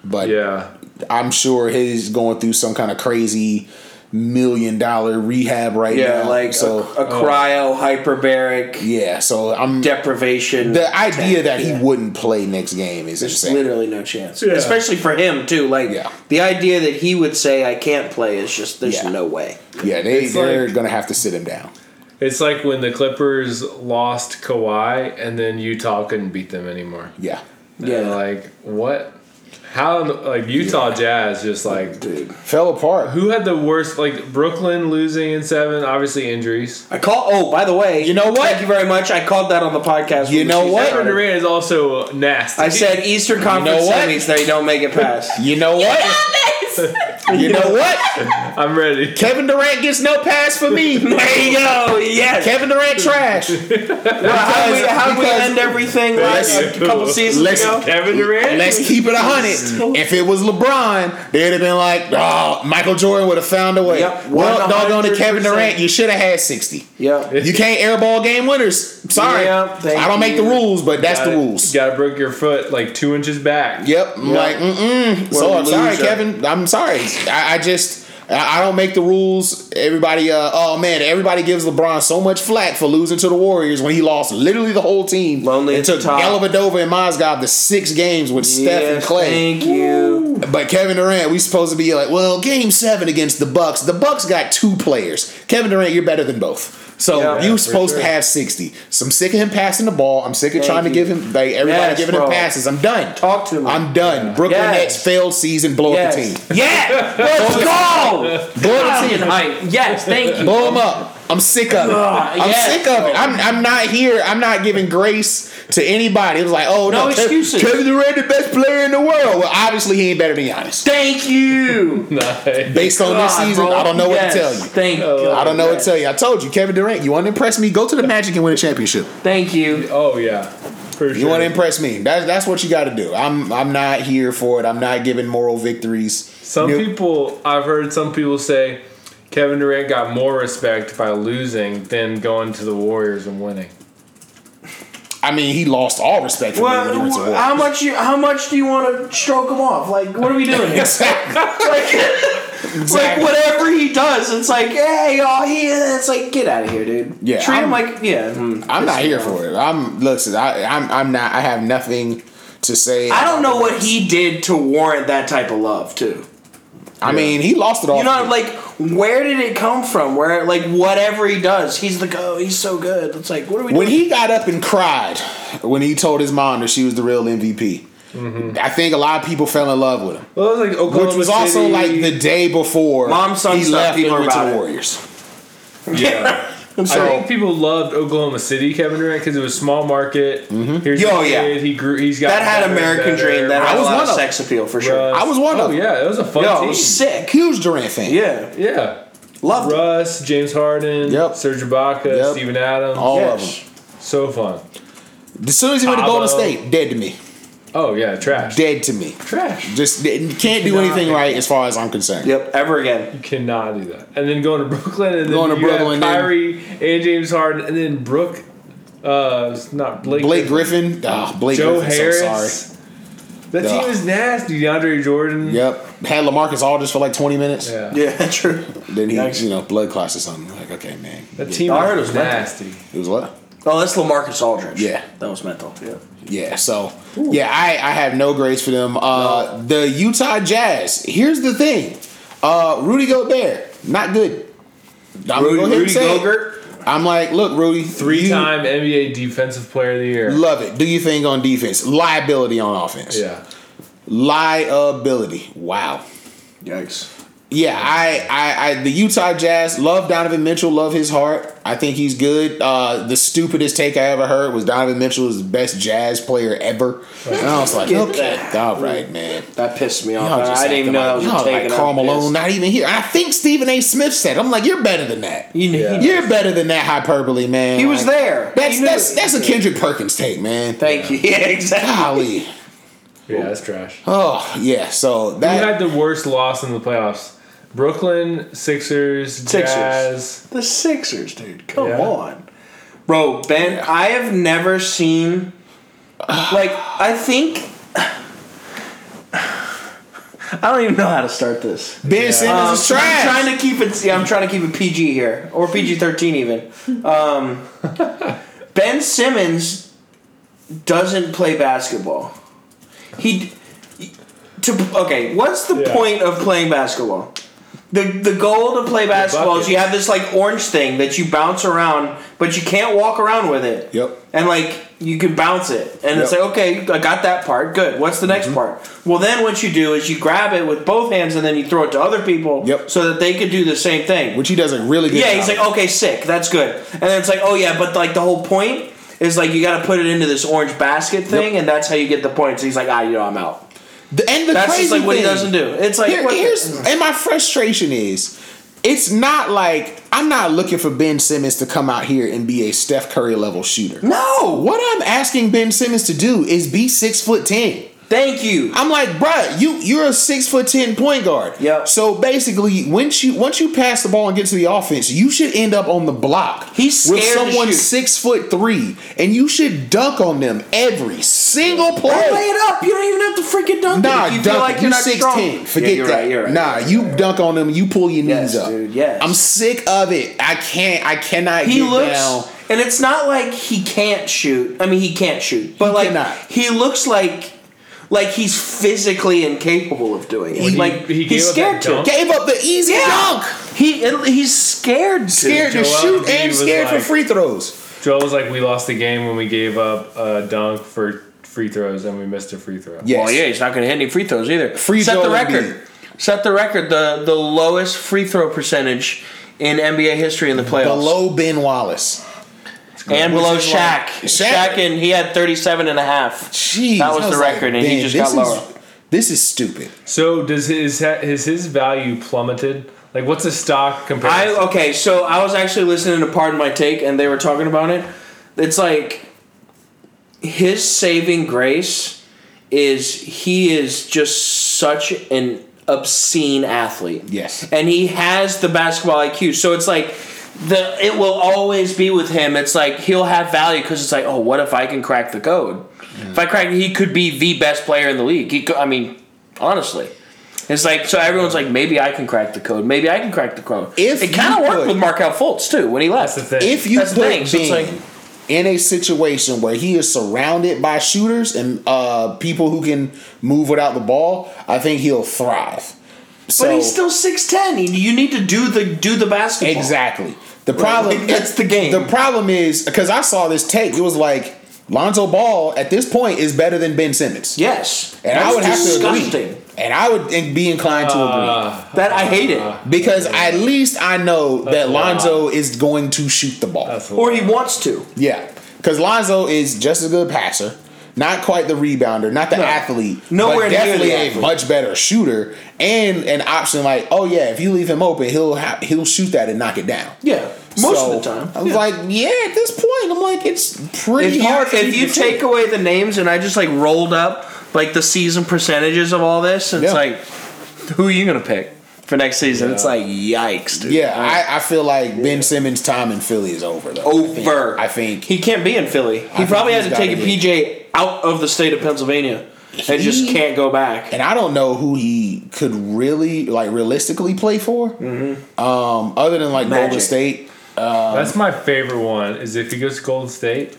Speaker 1: But
Speaker 2: yeah.
Speaker 1: I'm sure he's going through some kind of crazy million dollar rehab right
Speaker 3: Yeah,
Speaker 1: now.
Speaker 3: like uh,
Speaker 1: so oh.
Speaker 3: a, a cryo hyperbaric
Speaker 1: yeah, so I'm
Speaker 3: deprivation.
Speaker 1: the idea that he
Speaker 3: Yeah.
Speaker 1: wouldn't play next game is
Speaker 3: There's
Speaker 1: insane.
Speaker 3: literally no chance,
Speaker 2: Yeah.
Speaker 3: especially for him too. Like
Speaker 1: Yeah.
Speaker 3: the idea that he would say, "I can't play," is just there's
Speaker 1: Yeah.
Speaker 3: no way.
Speaker 1: Yeah, they
Speaker 2: It's
Speaker 1: they're
Speaker 2: like-
Speaker 1: gonna have to sit him down.
Speaker 2: It's like when the Clippers lost Kawhi, and then Utah couldn't beat them anymore.
Speaker 1: Yeah,
Speaker 2: Yeah, like what? How like Utah Jazz just like
Speaker 3: dude.
Speaker 1: fell apart.
Speaker 2: who had the worst? Like Brooklyn losing in seven, obviously injuries.
Speaker 3: I call. Oh, by the way, you
Speaker 1: know what?
Speaker 3: Thank you very much. I called that on the podcast.
Speaker 1: You
Speaker 3: when the
Speaker 1: know
Speaker 3: season
Speaker 1: what?
Speaker 2: Kevin
Speaker 3: started.
Speaker 2: Durant is also nasty.
Speaker 3: I said Eastern Conference
Speaker 1: know what?
Speaker 3: semis. They don't make it past.
Speaker 1: You know what? You know what?
Speaker 2: I'm ready.
Speaker 1: Kevin Durant gets no pass for me.
Speaker 3: there you go. Yes.
Speaker 1: Kevin Durant trash.
Speaker 3: how do we,
Speaker 1: Because-
Speaker 3: how do we
Speaker 1: because-
Speaker 3: end everything like a
Speaker 2: Thank you.
Speaker 3: couple seasons
Speaker 1: Listen,
Speaker 3: ago?
Speaker 2: Kevin Durant.
Speaker 1: Let's keep it a hundred. If it was LeBron, they'd have been like, "Oh, Michael Jordan would have found a way."
Speaker 3: Yep,
Speaker 1: well,
Speaker 3: 100%.
Speaker 1: doggone it, Kevin Durant, you should have had sixty.
Speaker 3: Yep.
Speaker 1: You can't airball game winners. Sorry,
Speaker 3: Yep, thank
Speaker 1: I don't make the
Speaker 3: you.
Speaker 1: rules, but that's the rules.
Speaker 2: You gotta break your foot like two inches back.
Speaker 1: Yep. I'm like, mm-mm. So
Speaker 3: a
Speaker 1: I'm sorry,
Speaker 3: loser.
Speaker 1: Kevin. I'm sorry. I, I just I I don't make the rules. Everybody, uh, oh man, everybody gives LeBron so much flack for losing to the Warriors when he lost literally the whole team.
Speaker 3: Lonely
Speaker 1: and
Speaker 3: at the
Speaker 1: took
Speaker 3: top.
Speaker 1: Dellavedova and Mozgov the six games with Steph and
Speaker 3: Yes,
Speaker 1: Clay.
Speaker 3: Thank you.
Speaker 1: But Kevin Durant, we supposed to be like, well, game seven against the Bucks. The Bucks got two players. Kevin Durant, you're better than both. So
Speaker 3: Yeah,
Speaker 1: you're
Speaker 2: for
Speaker 1: supposed
Speaker 2: sure.
Speaker 1: to have 60. So I'm sick of him passing the ball. I'm sick of
Speaker 3: Thank
Speaker 1: trying to
Speaker 3: you.
Speaker 1: give him like everybody
Speaker 3: Yes,
Speaker 1: giving
Speaker 3: bro.
Speaker 1: him passes. I'm done.
Speaker 3: Talk to me.
Speaker 1: I'm done. Brooklyn
Speaker 3: Yes.
Speaker 1: Nets failed season. Blow up the
Speaker 3: Yes.
Speaker 1: team.
Speaker 3: Yeah. Let's go.
Speaker 1: Blow up the
Speaker 3: Fucking
Speaker 1: team.
Speaker 3: hype. Yes. Thank you.
Speaker 1: Blow them up. I'm sick of it.
Speaker 3: Ugh,
Speaker 1: I'm
Speaker 3: yes,
Speaker 1: sick of it. I'm, I'm not here. I'm not giving grace to anybody. It was like, oh no,
Speaker 3: No
Speaker 1: Kev-
Speaker 3: excuses.
Speaker 1: Kevin Durant, the best player in the world. Well, obviously he ain't better than Giannis.
Speaker 3: Thank you.
Speaker 2: Nice.
Speaker 1: Based on this
Speaker 3: God,
Speaker 1: season,
Speaker 3: bro.
Speaker 1: I don't know
Speaker 3: Yes,
Speaker 1: what to tell you.
Speaker 3: Thank you.
Speaker 1: I don't know what to tell you. I told you, Kevin Durant, you want to impress me? Go to the Magic and win a championship.
Speaker 3: Thank you.
Speaker 2: Oh yeah. For sure.
Speaker 1: You want to impress me? That's that's what you got to do. I'm I'm not here for it. I'm not giving moral victories.
Speaker 2: some
Speaker 1: You-
Speaker 2: people I've heard some people say Kevin Durant got more respect by losing than going to the Warriors and winning.
Speaker 1: I mean, he lost all respect for me when he went to
Speaker 3: Well,
Speaker 1: war.
Speaker 3: how much you? How much do you want to stroke him off? Like, what are we doing? here?
Speaker 1: Exactly.
Speaker 3: Like
Speaker 1: Exactly.
Speaker 3: whatever he does, it's like, hey, y'all, he. It's like, get out of here, dude.
Speaker 1: Yeah,
Speaker 3: treat him
Speaker 1: I'm-
Speaker 3: like, yeah. mm,
Speaker 1: I'm not
Speaker 3: this-
Speaker 1: here for it. I'm listen. I, I'm I'm not. I have nothing to say.
Speaker 3: I don't know what he did to warrant that type of love, too.
Speaker 1: I mean, he lost it all.
Speaker 3: You know, like, where did it come from? Where, like, whatever he does, he's the go. He's so good. It's like, what are we
Speaker 1: when
Speaker 3: doing?
Speaker 1: he got up and cried when he told his mom that she was the real MVP.
Speaker 3: Mm-hmm.
Speaker 1: I think a lot of people fell in love with him,
Speaker 2: Well, it was like Oklahoma
Speaker 1: which was also
Speaker 2: City.
Speaker 1: like the day before
Speaker 3: Mom, son
Speaker 1: he
Speaker 3: stuff,
Speaker 1: left and
Speaker 3: people are
Speaker 1: went to
Speaker 3: about
Speaker 1: the
Speaker 3: it.
Speaker 1: Warriors.
Speaker 2: yeah.
Speaker 3: I'm
Speaker 2: I
Speaker 3: sorry.
Speaker 2: think people loved Oklahoma City Kevin Durant because it was small market.
Speaker 1: Mm-hmm.
Speaker 2: Here's
Speaker 3: Yo,
Speaker 2: a
Speaker 3: yeah.
Speaker 2: kid, he grew. He's got
Speaker 3: that had
Speaker 2: better and
Speaker 3: American
Speaker 2: better.
Speaker 3: dream. That had
Speaker 1: I
Speaker 3: a
Speaker 1: was
Speaker 3: lot
Speaker 1: one
Speaker 3: of
Speaker 1: of
Speaker 3: sex appeal for sure.
Speaker 2: Russ.
Speaker 1: I was one
Speaker 2: oh,
Speaker 1: of them.
Speaker 2: yeah, that was a fun
Speaker 3: Yo,
Speaker 2: team.
Speaker 3: sick.
Speaker 1: Huge Durant fan.
Speaker 3: Yeah,
Speaker 2: Yeah.
Speaker 3: love it.
Speaker 2: Russ, James Harden,
Speaker 1: Yep.
Speaker 2: Serge Ibaka,
Speaker 1: Yep.
Speaker 2: Steven Adams.
Speaker 1: All
Speaker 3: Yes.
Speaker 1: of
Speaker 2: So fun.
Speaker 1: them. As soon as he went to
Speaker 2: Cabo.
Speaker 1: Golden State, dead to me.
Speaker 2: Oh yeah, trash.
Speaker 1: Dead to me.
Speaker 2: trash.
Speaker 1: Just can't do
Speaker 2: Nah,
Speaker 1: anything
Speaker 2: man.
Speaker 1: right as far as I'm concerned.
Speaker 3: Yep, ever again.
Speaker 2: You cannot do that. And then going to Brooklyn and then
Speaker 1: Going to
Speaker 2: you have
Speaker 1: Brooklyn, then-
Speaker 2: Kyrie and James Harden and then Brooke uh it's not Blake,
Speaker 1: Blake Griffin. Ah, Blake
Speaker 2: Joe
Speaker 1: Griffin.
Speaker 2: Harris.
Speaker 1: So sorry.
Speaker 2: That
Speaker 1: Ugh.
Speaker 2: team is nasty. DeAndre Jordan.
Speaker 1: Yep. Had Lamarcus Aldridge for like 20 minutes.
Speaker 2: Yeah.
Speaker 3: Yeah, true.
Speaker 1: Then he,
Speaker 3: Yikes.
Speaker 1: you know, blood clots or something. Like, okay, man.
Speaker 2: That
Speaker 1: Yeah.
Speaker 2: team
Speaker 3: I heard
Speaker 2: was
Speaker 3: it was
Speaker 2: nasty.
Speaker 1: It was what?
Speaker 3: Oh, that's Lamarcus Aldridge.
Speaker 1: Yeah.
Speaker 3: that was mental. Yeah.
Speaker 1: Yeah, so yeah, I, I have no grace for them. Uh, The Utah Jazz. Here's the thing, uh, Rudy Gobert, not good. I'm gonna
Speaker 3: Rudy,
Speaker 1: go ahead and
Speaker 3: Rudy
Speaker 1: say it.
Speaker 3: Gogurt.
Speaker 1: I'm like, look, Rudy,
Speaker 2: Three
Speaker 1: you
Speaker 2: time NBA Defensive Player of the Year.
Speaker 1: Love it. Do you think on defense? Liability on offense.
Speaker 2: yeah.
Speaker 1: Liability. Wow.
Speaker 3: Yikes.
Speaker 1: Yeah, I, I, I, the Utah Jazz love Donovan Mitchell. Love his heart. I think he's good. Uh, the stupidest take I ever heard was Donovan Mitchell is the best Jazz player ever, and I was like,
Speaker 3: Get
Speaker 1: okay,
Speaker 3: that.
Speaker 1: all right, man.
Speaker 3: That pissed me off.
Speaker 1: Y'all just
Speaker 3: I didn't even know
Speaker 1: acting
Speaker 3: that was
Speaker 1: y'all
Speaker 3: a take.
Speaker 1: Like
Speaker 3: and
Speaker 1: Karl
Speaker 3: I'm pissed.
Speaker 1: Malone, not even here. I think Stephen A. Smith said, "I'm like, you're better than that.
Speaker 3: You knew-
Speaker 2: Yeah.
Speaker 3: he,
Speaker 1: You're better than that hyperbole, man."
Speaker 3: he was
Speaker 1: Like,
Speaker 3: there.
Speaker 1: That's
Speaker 3: He knew
Speaker 1: that's
Speaker 3: it.
Speaker 1: that's a Kendrick Perkins take, man.
Speaker 3: Thank you. Yeah, exactly.
Speaker 1: Golly.
Speaker 2: Yeah, that's trash.
Speaker 1: Oh yeah, so
Speaker 2: Who
Speaker 1: that
Speaker 2: had the worst loss in the playoffs? Brooklyn, Sixers,
Speaker 3: Sixers.
Speaker 2: Jazz.
Speaker 3: The Sixers, dude. Come
Speaker 2: Yeah.
Speaker 3: on. Bro, Ben, I have never seen like I think I don't even know how to start this.
Speaker 1: Ben Simmons is trash.
Speaker 3: uh, I'm trying to keep it yeah, I'm trying to keep it PG here. Or PG thirteen even. Um, ben Simmons doesn't play basketball. He to okay, what's the
Speaker 2: Yeah.
Speaker 3: point of playing basketball? The, the goal to play basketball is you have this like orange thing that you bounce around, but you can't walk around with it.
Speaker 1: Yep.
Speaker 3: And like you can bounce it, and it's
Speaker 1: Yep. Mm-hmm.
Speaker 3: like okay, I got that part. Good. What's the next part? Well, then what you do is you grab it with both hands, and then you throw it to other people,
Speaker 1: Yep.
Speaker 3: so that they could do the same thing.
Speaker 1: which he does a really good. job.
Speaker 3: yeah, he's like okay, sick. That's good. And then it's like oh yeah, but like the whole point is like you got to put it into this orange basket thing, and that's how you get the points. He's like ah, you know, I'm out.
Speaker 1: The- and the
Speaker 3: That's
Speaker 1: crazy
Speaker 3: just like what
Speaker 1: thing,
Speaker 3: he doesn't do. It's like
Speaker 1: Here-
Speaker 3: what the-
Speaker 1: here's and my frustration is, it's not like I'm not looking for Ben Simmons to come out here and be a Steph Curry level shooter.
Speaker 3: no.
Speaker 1: What I'm asking Ben Simmons to do is be six foot ten.
Speaker 3: Thank you.
Speaker 1: I'm like, bruh, you you're a six foot ten point guard.
Speaker 3: Yep.
Speaker 1: So basically, once you once you pass the ball and get to the offense, you should end up on the block.
Speaker 3: He's
Speaker 1: with
Speaker 3: scared to
Speaker 1: someone
Speaker 3: shoot.
Speaker 1: six foot three, and you should dunk on them every single play.
Speaker 3: Or lay it up. You don't even have to freaking dunk
Speaker 1: Nah,
Speaker 3: it. if You
Speaker 1: dunk.
Speaker 3: feel
Speaker 1: it.
Speaker 3: like
Speaker 1: you
Speaker 3: you're not strong.
Speaker 1: 16. Forget
Speaker 3: Yeah, you're
Speaker 1: that.
Speaker 3: Right, you're right.
Speaker 1: nah, you dunk on them. You pull your
Speaker 3: Yes,
Speaker 1: knees up.
Speaker 3: dude, yes.
Speaker 1: I'm sick of it. I can't. I cannot.
Speaker 3: He
Speaker 1: get
Speaker 3: looks,
Speaker 1: down.
Speaker 3: and it's not like he can't shoot. I mean, he can't shoot, but
Speaker 1: He
Speaker 3: like
Speaker 1: cannot.
Speaker 3: he looks like like he's physically incapable of doing it.
Speaker 1: He-
Speaker 3: like
Speaker 2: he gave
Speaker 3: he's
Speaker 2: up
Speaker 3: scared
Speaker 2: that
Speaker 3: to.
Speaker 2: dunk?
Speaker 1: Gave up the easy
Speaker 3: Yeah.
Speaker 1: dunk.
Speaker 3: He and he's scared.
Speaker 1: Scared
Speaker 3: To.
Speaker 1: to
Speaker 2: Joel
Speaker 1: shoot
Speaker 2: Embiid
Speaker 1: and
Speaker 2: was
Speaker 1: scared
Speaker 2: like-
Speaker 1: for free throws.
Speaker 2: Joel was like, we lost the game when we gave up a dunk for free throws and we missed a free throw.
Speaker 1: Yes.
Speaker 3: Well, yeah, he's not going to hit any free throws either.
Speaker 1: Free
Speaker 3: Set
Speaker 1: throw
Speaker 3: the
Speaker 1: Embiid.
Speaker 3: record. Set the record. The the lowest free throw percentage in NBA history in the playoffs.
Speaker 1: Below Ben Wallace.
Speaker 3: and below
Speaker 1: Which is like-
Speaker 3: Shaq.
Speaker 1: Shaq-
Speaker 3: Shaq and he had 37 and a half.
Speaker 1: Jeez.
Speaker 3: That was
Speaker 1: I
Speaker 3: the
Speaker 1: like,
Speaker 3: record, and he
Speaker 1: "Man,
Speaker 3: just
Speaker 1: this
Speaker 3: got
Speaker 1: is-
Speaker 3: lower."
Speaker 1: This is stupid.
Speaker 2: So does his has his value plummeted? Like what's his stock compared?
Speaker 3: I okay, so I was actually listening to Pardon My Take and they were talking about it. It's like his saving grace is he is just such an obscene athlete.
Speaker 1: Yes.
Speaker 3: And he has the basketball IQ. So it's like the it will always be with him. It's like he'll have value cuz it's like, "Oh, what if I can crack the code?" If I crack, he could be the best player in the league. He could, I mean, honestly. It's like so everyone's like, maybe I can crack the code. Maybe I can crack the code.
Speaker 1: If
Speaker 3: it kind
Speaker 1: you
Speaker 3: of worked
Speaker 1: could-
Speaker 3: with Markel Fultz too when he left.
Speaker 2: That's the thing.
Speaker 1: If you
Speaker 3: That's the
Speaker 1: put
Speaker 3: thing, so it's
Speaker 1: Ben
Speaker 3: like-
Speaker 1: in a situation where he is surrounded by shooters and uh, people who can move without the ball, I think he'll thrive. So,
Speaker 3: but he's still six ten. You need to do the do the basketball.
Speaker 1: Exactly. The problem
Speaker 3: Like, that's the game.
Speaker 1: The problem is because I saw this take. It was like Lonzo Ball at this point is better than Ben Simmons.
Speaker 3: Yes.
Speaker 1: and
Speaker 3: That's
Speaker 1: I would have to
Speaker 3: disgusting. Uh,
Speaker 1: agree. And I would in- be inclined to agree
Speaker 2: Uh,
Speaker 3: That I hate it.
Speaker 1: because at least I know that
Speaker 2: a lot.
Speaker 1: Lonzo is going to shoot the ball.
Speaker 2: That's a
Speaker 3: Or
Speaker 2: lot.
Speaker 3: he wants to.
Speaker 1: Yeah, because Lonzo is just a good passer, not quite the rebounder, not the athlete, but
Speaker 3: Nowhere near the
Speaker 1: definitely a
Speaker 3: athlete.
Speaker 1: much better shooter and an option like, oh yeah, if you leave him open, he'll ha- he'll shoot that and knock it down.
Speaker 3: Yeah. Most of the
Speaker 1: So,
Speaker 3: time.
Speaker 1: I was
Speaker 3: Yeah.
Speaker 1: like, yeah, at this point, I'm like, it's pretty
Speaker 3: if
Speaker 1: hard.
Speaker 3: you,
Speaker 1: for
Speaker 3: if you
Speaker 1: to
Speaker 3: take away the names and I just like rolled up like the season percentages of all this, it's
Speaker 1: Yeah.
Speaker 3: like, who are you gonna pick for next season? It's like yikes, dude.
Speaker 1: yeah, I, I feel like Ben Simmons' time in Philly is over. Though. I think-
Speaker 3: over.
Speaker 1: I think,
Speaker 3: he can't be in Philly. He
Speaker 1: think
Speaker 3: probably
Speaker 1: he's
Speaker 3: had to take a
Speaker 1: gotta be.
Speaker 3: PJ out of the state of Pennsylvania and just
Speaker 1: He-
Speaker 3: can't go back.
Speaker 1: and I don't know who he could really like realistically play for. Um, other than like
Speaker 3: Mm-hmm. Magic.
Speaker 1: Golden State,
Speaker 2: That's my favorite one. Is if he goes to Golden State,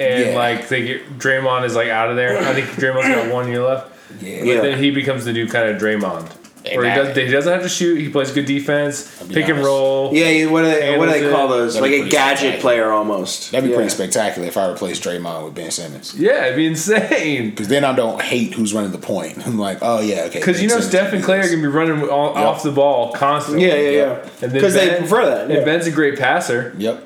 Speaker 2: and
Speaker 1: Yeah.
Speaker 2: like they get Draymond is like out of there. I think Draymond's got one year left.
Speaker 1: Yeah.
Speaker 2: But
Speaker 3: Yeah.
Speaker 2: then he becomes the new kind of Draymond,
Speaker 1: And
Speaker 2: where he,
Speaker 1: that-
Speaker 2: does, he doesn't have to shoot. He plays good defense,
Speaker 1: I'll be
Speaker 2: pick and
Speaker 1: honest.
Speaker 2: roll.
Speaker 3: Yeah, you- what do they, what do they
Speaker 2: Handles
Speaker 3: call
Speaker 2: it.
Speaker 3: those?
Speaker 1: That'd
Speaker 3: Like
Speaker 1: be
Speaker 3: a
Speaker 1: pretty
Speaker 3: gadget
Speaker 1: spectacular.
Speaker 3: player almost.
Speaker 1: That'd be
Speaker 3: Yeah.
Speaker 1: pretty spectacular if I replaced Draymond with Ben Simmons.
Speaker 2: Yeah, it'd be insane.
Speaker 1: Because then I don't hate who's running the point. I'm like, oh yeah, okay.
Speaker 2: Because you
Speaker 1: Ben
Speaker 2: know
Speaker 1: Simmons
Speaker 2: Steph and Clay are
Speaker 1: can do
Speaker 2: gonna be running all,
Speaker 1: Yep.
Speaker 2: off the ball constantly.
Speaker 3: Yeah, yeah, yeah.
Speaker 2: And then
Speaker 3: Because they
Speaker 2: Ben-
Speaker 3: prefer that.
Speaker 2: And
Speaker 3: Yeah.
Speaker 2: Ben's a great passer.
Speaker 1: this. Yep.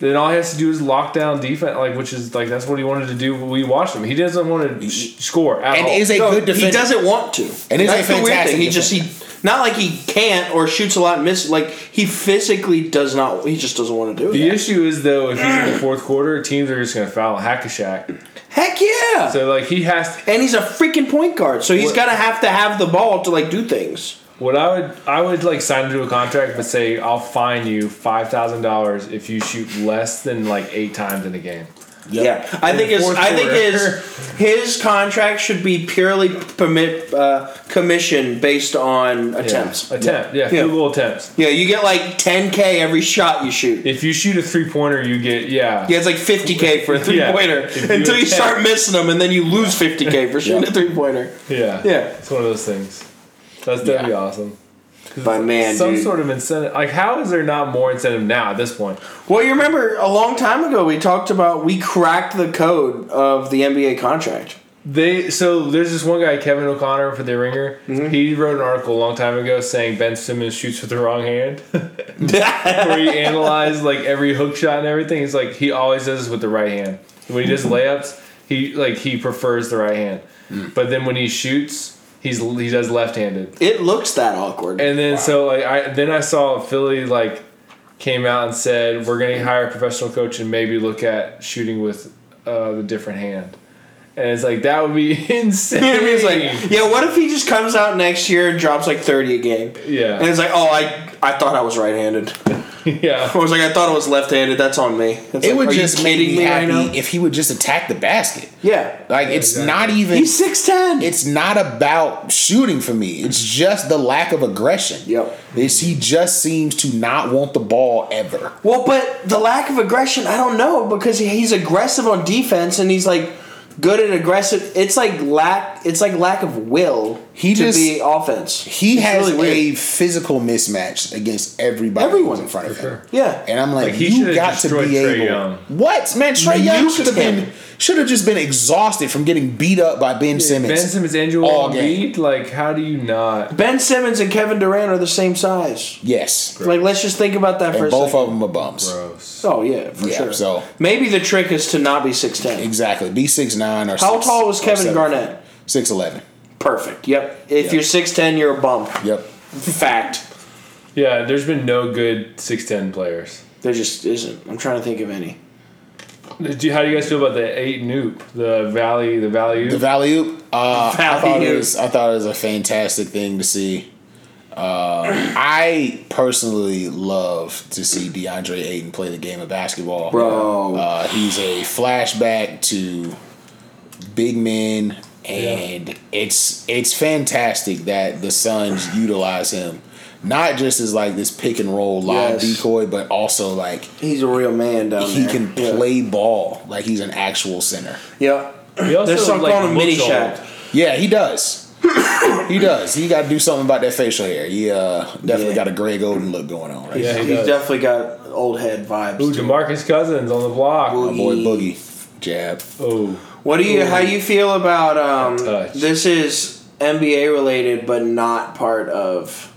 Speaker 2: Then all he has to do is lock down defense, like which is like that's what he wanted to do. when We watched him. He doesn't want to sh- score at
Speaker 1: And
Speaker 2: all.
Speaker 1: is a
Speaker 3: Oh, No,
Speaker 1: good defender.
Speaker 3: He doesn't want to.
Speaker 1: And he's a
Speaker 3: That's the weird
Speaker 1: fantastic
Speaker 3: thing. He just he not like he can't or shoots a lot and misses. Like he physically does not. He just doesn't want to do
Speaker 2: The
Speaker 3: it.
Speaker 2: issue is though, if he's in the fourth quarter, teams are just gonna foul hack a shack.
Speaker 3: Heck yeah!
Speaker 2: So like he has.
Speaker 3: and he's a freaking point guard, so he's
Speaker 2: What-
Speaker 3: got to have to have the ball to like do things.
Speaker 2: What I would I would like sign into a contract, but say I'll fine you five thousand dollars if you shoot less than like eight times in a game.
Speaker 1: Yep.
Speaker 3: Yeah, I think
Speaker 2: the
Speaker 3: his
Speaker 2: fourth
Speaker 3: I think
Speaker 2: quarter.
Speaker 3: his his contract should be purely permit uh, commission based on attempts.
Speaker 2: Yeah. Attempt. Yeah.
Speaker 3: Yeah.
Speaker 2: Field goal attempts.
Speaker 3: Yeah, you get like 10k every shot you shoot.
Speaker 2: If you shoot a three pointer, you get yeah.
Speaker 3: Yeah, it's like 50k for a three pointer
Speaker 2: If you
Speaker 3: until you
Speaker 2: attempt.
Speaker 3: start missing them, and then you lose 50k for shooting
Speaker 1: Yeah.
Speaker 3: a three pointer.
Speaker 2: Yeah.
Speaker 3: Yeah.
Speaker 2: It's one of those things. That's that'd be awesome. 'Cause
Speaker 3: But
Speaker 2: it's
Speaker 3: man,
Speaker 2: some
Speaker 3: dude.
Speaker 2: sort of incentive. Like, how is there not more incentive now at this point?
Speaker 3: Well, you remember a long time ago we talked about we cracked the code of the NBA contract.
Speaker 2: They so there's this one guy Kevin O'Connor for the Ringer.
Speaker 3: Mm-hmm.
Speaker 2: He wrote an article a long time ago saying Ben Simmons shoots with the wrong hand. Where he analyzed like every hook shot and everything. He's like he always does this with the right hand. When he
Speaker 3: Mm-hmm.
Speaker 2: does layups, he like he prefers the right hand.
Speaker 3: Mm.
Speaker 2: But then when he shoots, he's he does left handed.
Speaker 3: it looks that awkward.
Speaker 2: And then so like I then I saw Philly like came out and said we're going to hire a professional coach and maybe look at shooting with uh, the different hand. And it's like that would be insane.
Speaker 3: It's like, yeah, what if he just comes out next year and drops like 30 a game?
Speaker 2: Yeah.
Speaker 3: And it's like, oh, I I thought I was right-handed. I
Speaker 2: yeah.
Speaker 3: was like, I thought I was left-handed. That's on me. It's like,
Speaker 1: It would
Speaker 3: are you
Speaker 1: just make me happy
Speaker 3: now?
Speaker 1: if he would just attack the basket.
Speaker 3: Yeah.
Speaker 1: Like it's
Speaker 2: exactly.
Speaker 1: not even
Speaker 3: He's 6'10".
Speaker 1: it's not about shooting for me. It's just the lack of aggression.
Speaker 3: Yep.
Speaker 1: It's, he just seems to not want the ball ever.
Speaker 3: well, but the lack of aggression, I don't know because he- he's aggressive on defense and he's like good and aggressive. It's like lack it's like lack of will
Speaker 1: He
Speaker 3: to
Speaker 1: just-
Speaker 3: be offense.
Speaker 1: He
Speaker 3: It's
Speaker 1: has
Speaker 3: really
Speaker 1: a
Speaker 3: weird.
Speaker 1: physical mismatch against everybody
Speaker 3: Everyone,
Speaker 1: who's in front of him.
Speaker 3: Yeah.
Speaker 1: And I'm like,
Speaker 2: Like, he
Speaker 1: you
Speaker 2: should've
Speaker 1: got to
Speaker 2: destroyed
Speaker 1: be
Speaker 2: Trae
Speaker 1: able.
Speaker 2: Young.
Speaker 1: What man? Trey
Speaker 3: You
Speaker 1: Young should have
Speaker 3: can't.
Speaker 1: been should have just been exhausted from getting beat up by Ben Simmons.
Speaker 2: Ben Simmons, Andrew
Speaker 1: all game.
Speaker 2: Embiid, like how do you not?
Speaker 3: Ben Simmons and Kevin Durant are the same size.
Speaker 1: Yes,
Speaker 3: Like, let's just think about that for
Speaker 1: and
Speaker 3: a
Speaker 1: both
Speaker 3: second.
Speaker 1: of them are bums.
Speaker 2: Gross.
Speaker 3: Oh yeah, for
Speaker 1: Yeah,
Speaker 3: sure.
Speaker 1: so-
Speaker 3: maybe the trick is to not be six ten.
Speaker 1: Exactly. B six nine or
Speaker 3: How
Speaker 1: six-
Speaker 3: tall was
Speaker 1: or
Speaker 3: Kevin
Speaker 1: seven.
Speaker 3: Garnett?
Speaker 1: Six eleven.
Speaker 3: Perfect. Yep. If
Speaker 1: Yeah.
Speaker 3: you're six ten, you're a bump.
Speaker 1: Yep.
Speaker 3: Fact.
Speaker 2: Yeah, there's been no good six ten players.
Speaker 3: There just isn't. I'm trying to think of any.
Speaker 2: Do you, how do you guys feel about the eight noop, the valley, the value?
Speaker 1: The Valley Oop. Uh, I thought
Speaker 3: Valley
Speaker 1: it
Speaker 3: Oop.
Speaker 1: was. I thought it was a fantastic thing to see. Uh, I personally love to see DeAndre Ayton play the game of basketball.
Speaker 3: Bro.
Speaker 1: uh, he's a flashback to big men, and it's it's fantastic that the Suns utilize him. Not just as like this pick and roll live
Speaker 3: Yes.
Speaker 1: decoy, but also like
Speaker 3: He's a real man down
Speaker 1: he
Speaker 3: there.
Speaker 1: can
Speaker 3: Yeah.
Speaker 1: play ball like he's an actual center.
Speaker 3: Yeah.
Speaker 2: He also,
Speaker 3: There's some
Speaker 2: like,
Speaker 3: calling him mini
Speaker 2: looks
Speaker 3: Shaq.
Speaker 2: old.
Speaker 1: Yeah, he does. he does. He got to do something about that facial hair. He uh, definitely
Speaker 3: Yeah.
Speaker 1: got a Greg Oden look going on right
Speaker 2: Yeah,
Speaker 1: now.
Speaker 2: he
Speaker 3: He's
Speaker 2: does.
Speaker 3: definitely got old head vibes.
Speaker 2: Ooh,
Speaker 3: too.
Speaker 2: Demarcus Cousins on the block.
Speaker 1: My boy
Speaker 3: Boogie.
Speaker 1: Boogie jab.
Speaker 2: Oh,
Speaker 3: What do you? How you feel about? Um,
Speaker 2: Touch.
Speaker 3: this is NBA related, but not part of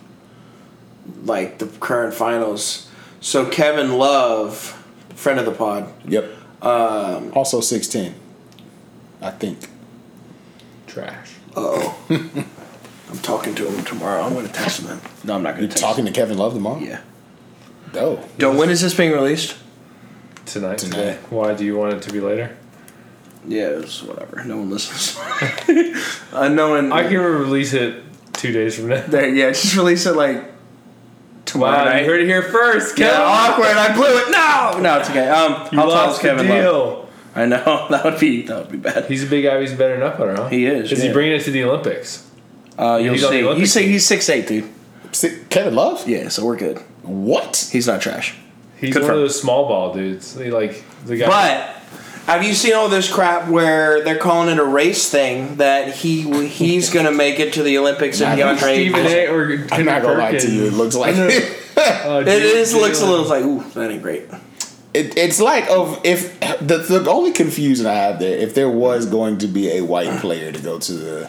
Speaker 3: like the current finals. So Kevin Love, friend of the pod,
Speaker 1: Yep. Um, also six ten, I think.
Speaker 2: trash.
Speaker 3: I'm talking to him tomorrow. I'm gonna text him. No, I'm not gonna
Speaker 1: You're talking to Kevin Love tomorrow.
Speaker 3: Yeah.
Speaker 1: Dope.
Speaker 3: Yo, when is this being released?
Speaker 2: Tonight,
Speaker 1: Tonight.
Speaker 2: today. Why do you want it to be later?
Speaker 3: Yeah, it's whatever. No one listens. uh, no one.
Speaker 2: I can release it two days from now.
Speaker 3: there, yeah, just release it like tomorrow.
Speaker 2: Wow,
Speaker 3: night.
Speaker 2: you heard it here first,
Speaker 3: Yeah,
Speaker 2: Kevin.
Speaker 3: awkward. I blew it. No, no, it's okay. Um,
Speaker 2: You
Speaker 3: I'll
Speaker 2: lost
Speaker 3: toss
Speaker 2: the
Speaker 3: Kevin Love.
Speaker 2: deal.
Speaker 3: I know that would be that would be bad.
Speaker 2: He's a big guy. He's better than up on her, huh?
Speaker 3: He is,
Speaker 2: Is he
Speaker 3: yeah.
Speaker 2: bringing it to the Olympics?
Speaker 3: Uh, you'll
Speaker 2: He's on the
Speaker 3: see.
Speaker 2: Olympic
Speaker 3: You see, he's six eight, dude.
Speaker 1: Si- Kevin Love?
Speaker 3: Yeah, so we're good.
Speaker 1: What?
Speaker 3: He's not trash.
Speaker 2: He's one
Speaker 3: Confirmed.
Speaker 2: of those small ball dudes. They like the guy.
Speaker 3: But have you seen all this crap where they're calling it a race thing that he he's gonna make it to the Olympics and
Speaker 1: Nah,
Speaker 3: DeAndre?
Speaker 2: Stephen A. or Uh,
Speaker 1: I'm not gonna lie to you. It looks like it,
Speaker 3: It is looks a little like ooh that ain't great.
Speaker 1: it's like of if the, the only confusion I have there if there was going to be a white player to go to the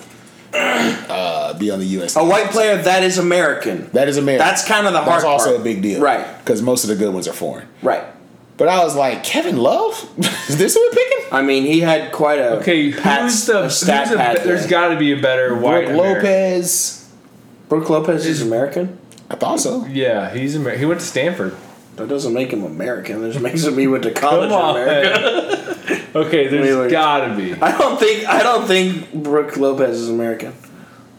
Speaker 1: uh, be on the U.S.
Speaker 3: A white player that is American.
Speaker 1: that is America.
Speaker 3: That's kind of the hard
Speaker 1: That's also
Speaker 3: part.
Speaker 1: a big deal,
Speaker 3: Right.
Speaker 1: Because most of the good ones are foreign.
Speaker 3: Right.
Speaker 1: But I was like, Kevin Love, is this who we're picking?
Speaker 3: I mean, he had quite a
Speaker 2: Okay,
Speaker 3: pat-
Speaker 2: who's the?
Speaker 3: a
Speaker 2: Who's
Speaker 3: stat
Speaker 2: the
Speaker 3: pad
Speaker 2: be- there's
Speaker 3: there.
Speaker 2: got to be a better white
Speaker 1: Brooke
Speaker 2: American.
Speaker 1: Lopez.
Speaker 3: Brooke Lopez is American.
Speaker 1: I thought so.
Speaker 2: Yeah, he's Amer- he went to Stanford.
Speaker 3: That doesn't make him American. That just makes him he went to college
Speaker 2: Come
Speaker 3: in
Speaker 2: on.
Speaker 3: America.
Speaker 2: Okay,
Speaker 3: Wait,
Speaker 2: there's
Speaker 3: wait.
Speaker 2: got to be.
Speaker 3: I don't think I don't think Brooke Lopez is American.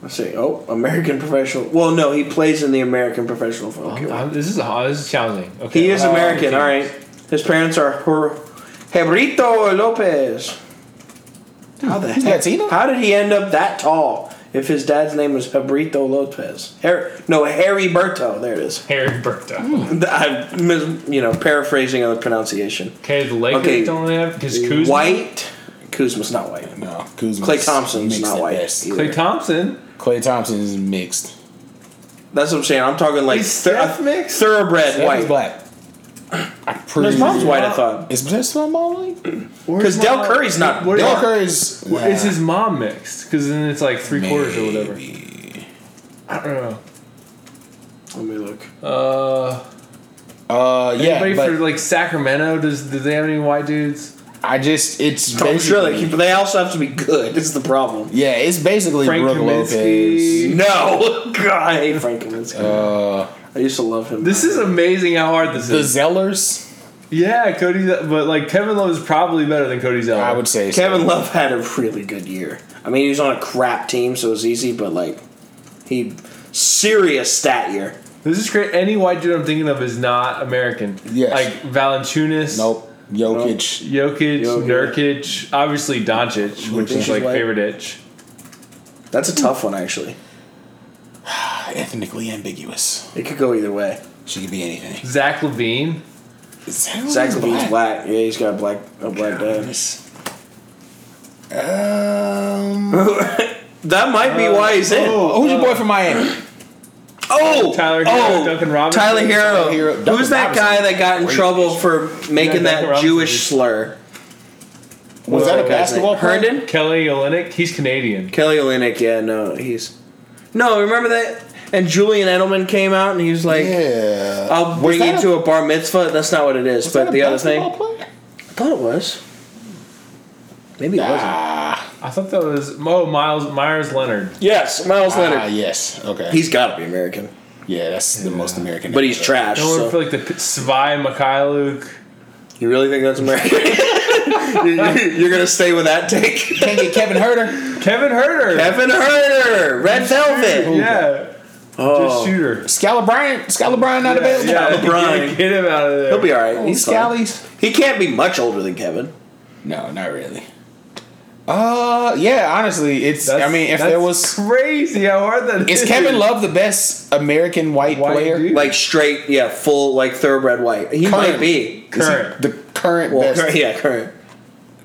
Speaker 3: Let's see. Oh, American professional. Well, no, he plays in the American professional football.
Speaker 2: I'm- this is a, this is challenging. Okay,
Speaker 3: He is
Speaker 2: well,
Speaker 3: American.
Speaker 2: okay.
Speaker 3: All right. His parents are Her- Hebrito Lopez. How the
Speaker 1: He's
Speaker 3: heck-
Speaker 1: Latino?
Speaker 3: How did he end up that tall? If his dad's name was Hebrito Lopez, Her- no Harry Berto. There it is.
Speaker 2: Harry Berta.
Speaker 3: I, mis- you know, paraphrasing on the pronunciation.
Speaker 2: Okay, the Lakers
Speaker 3: Okay.
Speaker 2: don't have because Kuzma,
Speaker 3: White. Kuzma's not white.
Speaker 1: No, Kuzma's
Speaker 3: Clay Thompson's
Speaker 1: mixed
Speaker 3: not
Speaker 1: at
Speaker 3: white.
Speaker 1: best.
Speaker 3: either.
Speaker 2: Clay Thompson.
Speaker 1: Clay Thompson is mixed.
Speaker 3: That's what I'm saying. I'm talking like
Speaker 2: Is Steph
Speaker 3: thor-
Speaker 2: mixed?
Speaker 3: thoroughbred
Speaker 1: That
Speaker 3: white.
Speaker 1: is black. I
Speaker 3: His
Speaker 1: pretty
Speaker 3: mom's white, I thought.
Speaker 1: Is this my mom white?
Speaker 3: Because Del Curry's not.
Speaker 2: Where-
Speaker 1: Del Curry's.
Speaker 2: Or Is his mom mixed? Because then it's like three quarters or whatever. I don't
Speaker 3: Let me look.
Speaker 2: know. Uh,
Speaker 1: Uh, yeah,
Speaker 2: anybody
Speaker 1: but
Speaker 2: for like Sacramento? Does do they have any white dudes?
Speaker 1: I just it's
Speaker 3: Oh, sure, they,
Speaker 1: basically
Speaker 3: but they also have to be good. Is the problem?
Speaker 1: yeah, it's basically
Speaker 2: Frank
Speaker 1: Brooke Lopez.
Speaker 2: Kaminsky.
Speaker 3: No, God, I hate Frank Kaminsky.
Speaker 1: Uh,
Speaker 3: I used to love him.
Speaker 2: This is amazing how hard this
Speaker 1: the
Speaker 2: is.
Speaker 1: Zellers,
Speaker 2: Yeah, Cody, but like Kevin Love is probably better than Cody Zeller.
Speaker 1: I would say. so.
Speaker 3: Kevin Love had a really good year. I mean, he was on a crap team, so it was easy. But like, he serious stat year.
Speaker 2: This is great. Any white dude I'm thinking of is not American.
Speaker 1: Yes.
Speaker 2: Like Valanciunas.
Speaker 1: Nope. Jokic.
Speaker 2: Jokic,
Speaker 3: Jokic.
Speaker 2: Nurkic, obviously Doncic, which
Speaker 1: Doncic's
Speaker 2: is like
Speaker 3: white.
Speaker 2: favorite itch.
Speaker 3: That's a tough one, actually.
Speaker 1: Ah, Ethnically ambiguous.
Speaker 3: It could go either way.
Speaker 1: She could be anything.
Speaker 2: Zach Levine.
Speaker 3: Zach
Speaker 1: Zach
Speaker 3: Levine's black. Yeah, he's got a black a black dad.
Speaker 1: Um.
Speaker 3: That might be why he's in.
Speaker 1: Oh, who's your boy from Miami?
Speaker 3: Oh,
Speaker 2: Tyler Hero, Duncan Robinson.
Speaker 3: Tyler Hero.
Speaker 1: Tyler Hero, Duncan
Speaker 3: Who's that
Speaker 1: Robinson.
Speaker 3: guy that got in
Speaker 1: Great
Speaker 3: trouble for making
Speaker 2: Duncan
Speaker 3: that
Speaker 2: Robinson
Speaker 3: Jewish
Speaker 2: is-
Speaker 3: slur?
Speaker 1: Was that a
Speaker 3: That guy's name.
Speaker 1: basketball player?
Speaker 3: Herndon?
Speaker 2: Kelly Olynyk. He's Canadian.
Speaker 3: Kelly Olynyk. Yeah, no, he's no. Remember that? And Julian Edelman came out and he was like,
Speaker 1: Yeah.
Speaker 3: "I'll
Speaker 1: Was
Speaker 3: bring
Speaker 1: that
Speaker 3: you
Speaker 1: a-
Speaker 3: to a bar mitzvah." That's not what it is.
Speaker 1: was that
Speaker 3: But
Speaker 1: a
Speaker 3: the other thing, I
Speaker 1: basketball player?
Speaker 3: thought it was. Maybe it wasn't.
Speaker 1: Ah,
Speaker 2: I thought that was oh Miles Myers Leonard.
Speaker 3: Yes, Miles
Speaker 1: ah,
Speaker 3: Leonard.
Speaker 1: yes. Okay.
Speaker 3: He's got to be American,
Speaker 1: yeah, that's the most American.
Speaker 3: but he's trash.
Speaker 2: No one
Speaker 3: so-
Speaker 2: for like the P- Svi Mikhailuk.
Speaker 3: You really think that's American? You're gonna stay with that take?
Speaker 1: Can't get Kevin Herter.
Speaker 2: Kevin Herter.
Speaker 3: Evan Herder, Red Velvet.
Speaker 2: Yeah. Just
Speaker 3: Oh,
Speaker 2: shooter.
Speaker 1: Scala Bryant. Scala Bryant not
Speaker 2: Yeah,
Speaker 1: available.
Speaker 2: yeah,
Speaker 3: LeBron.
Speaker 2: Get, get him out of there.
Speaker 3: he'll be all right.
Speaker 1: Oh,
Speaker 3: He's fine.
Speaker 1: Scally's.
Speaker 3: He can't be much older than Kevin.
Speaker 1: No, not really. Uh, yeah. Honestly, it's. I
Speaker 2: That's-
Speaker 1: mean, if
Speaker 2: that's
Speaker 1: there was,
Speaker 2: crazy how hard that
Speaker 1: is
Speaker 2: is.
Speaker 1: Kevin Love the best American white,
Speaker 2: White
Speaker 1: player?
Speaker 2: dude?
Speaker 3: Like straight, yeah, full, like thoroughbred white. He
Speaker 1: Current.
Speaker 3: might be.
Speaker 1: Is he
Speaker 2: Current.
Speaker 1: the current
Speaker 3: Well,
Speaker 1: best
Speaker 3: current, yeah, current.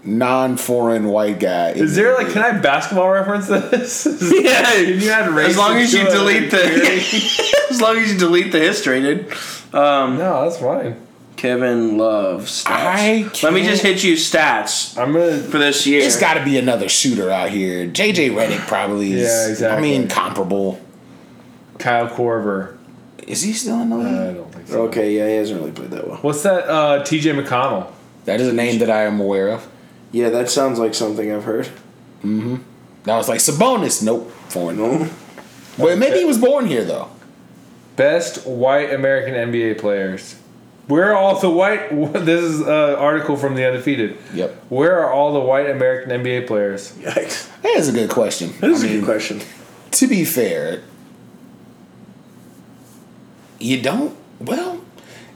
Speaker 1: non-foreign white guy. in
Speaker 2: Is there
Speaker 1: the
Speaker 2: like
Speaker 1: league.
Speaker 2: can I basketball reference this?
Speaker 3: Yeah.
Speaker 2: Can you add race
Speaker 3: As long as you
Speaker 2: into it?
Speaker 3: delete the, as long as you delete the history, dude. Um,
Speaker 2: No, that's fine.
Speaker 3: Kevin Love stats.
Speaker 1: I
Speaker 3: Let me just
Speaker 1: can't-
Speaker 3: hit you stats
Speaker 2: I'm gonna
Speaker 3: for this year.
Speaker 1: It's got to be another shooter out here. JJ Redick probably is.
Speaker 2: Yeah,
Speaker 1: I
Speaker 2: exactly.
Speaker 1: mean, comparable.
Speaker 2: Kyle Korver.
Speaker 1: Is he still in the league?
Speaker 2: I don't think so.
Speaker 3: okay, yeah, he hasn't really played that well.
Speaker 2: What's that? Uh, TJ McConnell.
Speaker 1: that is a name that I am aware of.
Speaker 3: Yeah, that sounds like something I've heard.
Speaker 1: That was like Sabonis. Nope, foreign.
Speaker 3: No.
Speaker 1: Well, maybe he was born here though.
Speaker 2: Best white American NBA players. Where are all the white? This is an article from the Undefeated.
Speaker 1: Yep.
Speaker 2: Where are all the white American NBA players?
Speaker 3: Yikes.
Speaker 1: That is a good question.
Speaker 3: That is
Speaker 1: I
Speaker 3: a good
Speaker 1: mean,
Speaker 3: question.
Speaker 1: To be fair, you don't. Well,